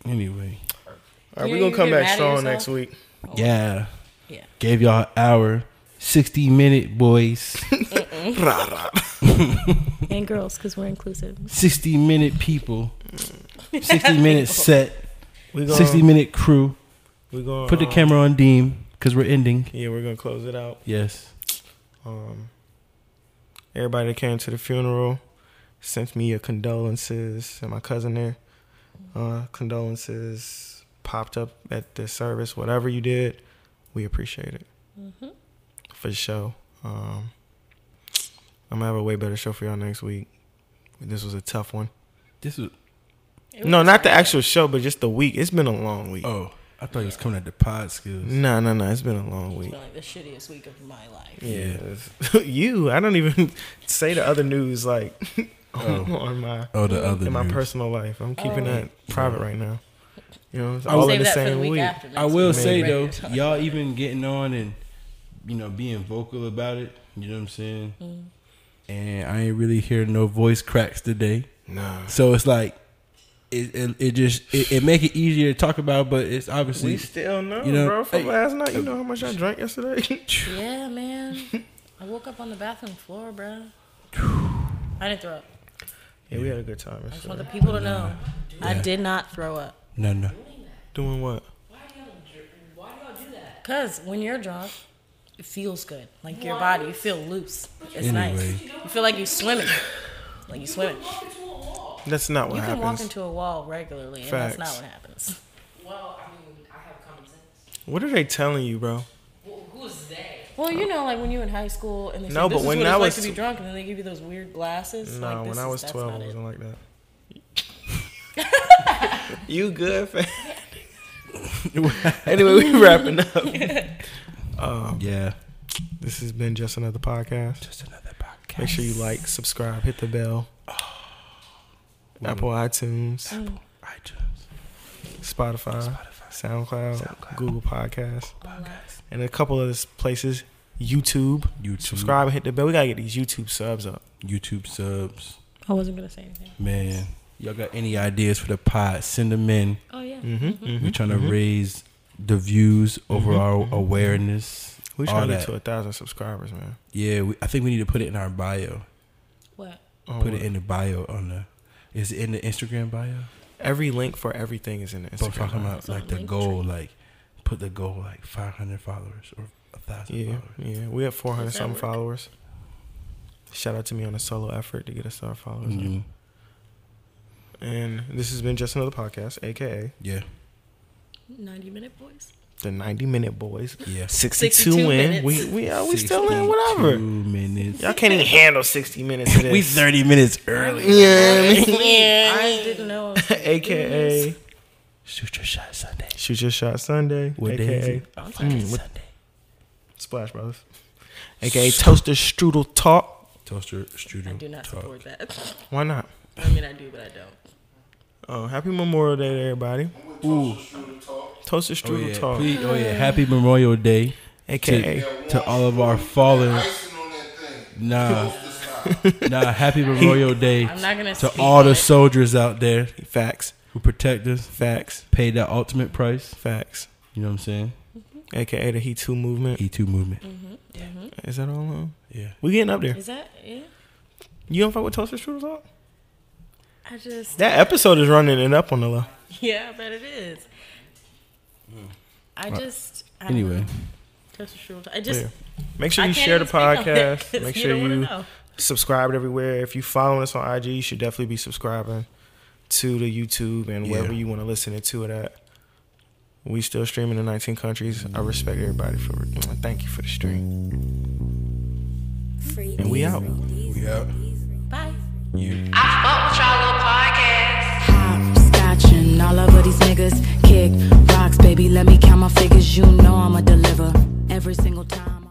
Speaker 3: Anyway,
Speaker 2: All right,
Speaker 4: You
Speaker 2: we're gonna
Speaker 4: know you
Speaker 2: come
Speaker 4: get
Speaker 2: back
Speaker 4: mad at
Speaker 2: strong
Speaker 4: yourself?
Speaker 2: next week.
Speaker 3: Oh, yeah,
Speaker 4: Yeah.
Speaker 3: gave y'all an hour, sixty minute boys,
Speaker 2: Rah, rah.
Speaker 4: And girls, because we're inclusive.
Speaker 3: sixty minute people, sixty minute set,
Speaker 2: We gonna,
Speaker 3: sixty minute crew.
Speaker 2: We uh, going
Speaker 3: Put the camera on Deem because we're ending.
Speaker 2: Yeah, we're gonna close it out.
Speaker 3: Yes.
Speaker 2: Um, everybody that came to the funeral sent me your condolences and my cousin there uh, condolences popped up at the service whatever you did we appreciate it for sure um, i'm gonna have a way better show for y'all next week this was a tough one
Speaker 3: This was
Speaker 2: no not the actual show but just the week it's been a long week
Speaker 3: oh, I thought he was coming at the pod skills.
Speaker 2: no no no it's been a long
Speaker 4: It's
Speaker 2: week
Speaker 4: been like the shittiest week of my life.
Speaker 2: yeah you i don't even say the other news like
Speaker 3: Oh.
Speaker 2: on my
Speaker 3: Oh, the other
Speaker 2: in my
Speaker 3: news.
Speaker 2: personal life. I'm keeping
Speaker 4: Oh.
Speaker 2: that private right now. You know, it's
Speaker 3: I
Speaker 2: all
Speaker 3: will-
Speaker 2: in
Speaker 4: Save
Speaker 2: the
Speaker 4: that for
Speaker 2: same
Speaker 4: the week,
Speaker 2: week.
Speaker 4: after. next
Speaker 3: I will
Speaker 4: week.
Speaker 3: say
Speaker 4: Right.
Speaker 3: though, y'all even getting on and you know being vocal about it. You know what I'm saying? And I ain't really hear no voice cracks today,
Speaker 2: Nah.
Speaker 3: so it's like it it, it just it, it make it easier to talk about, but it's obviously
Speaker 2: We still know,
Speaker 3: You know,
Speaker 2: bro. From
Speaker 3: hey,
Speaker 2: last night, you know how much I drank yesterday.
Speaker 4: Yeah, man. I woke up on the bathroom floor, bro. I didn't throw up.
Speaker 2: yeah, we had a good time.
Speaker 4: I just want the
Speaker 2: yesterday.
Speaker 4: people to know I
Speaker 3: Yeah.
Speaker 4: did not throw up.
Speaker 3: no no.
Speaker 2: Doing what?
Speaker 5: Why do y'all do that?
Speaker 4: Cause when you're drunk, it feels good. Like your body, you feel loose. It's
Speaker 3: Anyway.
Speaker 4: nice. You feel like you're swimming. Like you're swimming.
Speaker 5: Walk into a wall.
Speaker 2: That's not what
Speaker 4: You can walk
Speaker 2: happens.
Speaker 4: into a wall regularly, and that's not
Speaker 2: Facts.
Speaker 4: what happens.
Speaker 5: Well, I mean, I have common sense.
Speaker 2: what are they telling you, bro?
Speaker 5: Well, who's they?
Speaker 4: Well, you know, like when you in high school, and they say,
Speaker 2: No,
Speaker 4: this
Speaker 2: but
Speaker 4: is
Speaker 2: when
Speaker 4: what
Speaker 2: I was
Speaker 4: it's like to
Speaker 2: tw-
Speaker 4: be drunk, and then they give you those weird glasses.
Speaker 2: No,
Speaker 4: like,
Speaker 2: when
Speaker 4: this
Speaker 2: I
Speaker 4: is-
Speaker 2: was
Speaker 4: that's
Speaker 2: 12,
Speaker 4: not
Speaker 2: I
Speaker 4: it.
Speaker 2: wasn't like that. you good, fam? anyway, we wrapping up. Uh,
Speaker 3: yeah,
Speaker 2: This has been just another podcast.
Speaker 3: just another podcast. Oh.
Speaker 2: Make sure you like, subscribe, hit the bell. Apple iTunes.
Speaker 3: iTunes.
Speaker 2: Spotify, SoundCloud, Google Podcasts, and a couple other s- places. YouTube.
Speaker 3: YouTube.
Speaker 2: Subscribe and hit the bell. We gotta get these YouTube subs up.
Speaker 3: YouTube subs.
Speaker 4: I wasn't gonna say anything.
Speaker 3: Man, y'all got any ideas for the pod? Send them in.
Speaker 4: Oh yeah.
Speaker 2: Mm-hmm,
Speaker 3: We're trying to raise the views, overall
Speaker 2: Mm-hmm.
Speaker 3: awareness.
Speaker 2: We
Speaker 3: all
Speaker 2: trying to
Speaker 3: that.
Speaker 2: get to a thousand subscribers, man.
Speaker 3: Yeah, we, I think we need to put it in our bio.
Speaker 4: What?
Speaker 2: Oh,
Speaker 3: Put it in the bio on the. Is it in the Instagram bio?
Speaker 2: Every link for everything is in the
Speaker 3: But I'm talking
Speaker 2: Instagram.
Speaker 3: about like the goal, like put the goal like 500 followers or a thousand
Speaker 2: Yeah,
Speaker 3: followers.
Speaker 2: yeah. We have four hundred
Speaker 4: Does that
Speaker 2: some
Speaker 4: work?
Speaker 2: followers. Shout out to me on a solo effort to get us to our followers. up.
Speaker 3: Mhm.
Speaker 2: And this has been just another podcast, aka
Speaker 3: Yeah,
Speaker 4: Ninety minute voice.
Speaker 2: the ninety minute boys.
Speaker 3: yeah.
Speaker 2: Sixty
Speaker 4: 62
Speaker 2: two in.
Speaker 4: minutes.
Speaker 2: We we are we still in
Speaker 3: 62
Speaker 2: whatever.
Speaker 3: minutes.
Speaker 2: Y'all can't even handle sixty minutes of this.
Speaker 3: We 30 minutes early.
Speaker 2: Yeah, I mean,
Speaker 4: I didn't know. I was gonna do this.
Speaker 2: AKA
Speaker 3: Shoot your shot Sunday.
Speaker 2: Shoot Your Shot Sunday,
Speaker 3: What day is
Speaker 2: AKA
Speaker 3: it? Oh, fucking
Speaker 2: Mm, what-
Speaker 3: Sunday.
Speaker 2: Splash Brothers, AKA Toaster Strudel Talk.
Speaker 3: Toaster Studio.
Speaker 4: I do not
Speaker 3: Talk.
Speaker 4: support that.
Speaker 2: Why not?
Speaker 4: I mean, I do, but I don't.
Speaker 2: Oh, happy Memorial Day to everybody.
Speaker 6: Ooh. Shooter talk.
Speaker 2: Toaster
Speaker 3: Oh
Speaker 2: Strudel
Speaker 3: yeah.
Speaker 2: Talk,
Speaker 3: Please, oh yeah. Happy Memorial Day
Speaker 2: AKA
Speaker 3: to, to all of our fallen.
Speaker 6: Icing on that thing.
Speaker 3: Nah,
Speaker 6: Close this out.
Speaker 3: nah. Happy Memorial Day
Speaker 4: I'm not
Speaker 3: to
Speaker 4: gonna. speak
Speaker 3: all
Speaker 4: on
Speaker 3: the
Speaker 4: it.
Speaker 3: soldiers out there
Speaker 2: Facts,
Speaker 3: who protect us,
Speaker 2: Facts,
Speaker 3: pay that ultimate price.
Speaker 2: Facts,
Speaker 3: You know what I'm saying?
Speaker 2: AKA the He Too Movement.
Speaker 3: E2 movement.
Speaker 2: Is that all? of them?
Speaker 3: Yeah.
Speaker 2: We getting up there.
Speaker 4: Is that it?
Speaker 2: You don't fuck with Toaster Strudel Talk?
Speaker 4: I just.
Speaker 2: That episode is running and up on the low.
Speaker 4: Yeah, I bet it is. I just. I don't
Speaker 3: Anyway,
Speaker 4: know. Just a short- I just.
Speaker 2: Yeah. Make sure
Speaker 4: I
Speaker 2: you
Speaker 4: can't
Speaker 2: share the
Speaker 4: even speak on it
Speaker 2: podcast.
Speaker 4: 'cause
Speaker 2: Make
Speaker 4: you
Speaker 2: sure
Speaker 4: don't wanna
Speaker 2: you
Speaker 4: know.
Speaker 2: subscribed everywhere. If you follow us on IG, you should definitely be subscribing to the YouTube and
Speaker 3: Yeah.
Speaker 2: wherever you want to listen it to it at. We still streaming in 19 countries. I respect everybody for thank you for the stream. And we out.
Speaker 3: we out.
Speaker 4: Bye.
Speaker 3: You.
Speaker 1: I fuck with y'all little podcast.
Speaker 7: Hop, scotching all over these niggas. Kick rocks, baby. Let me count my figures. You know I'ma deliver every single time.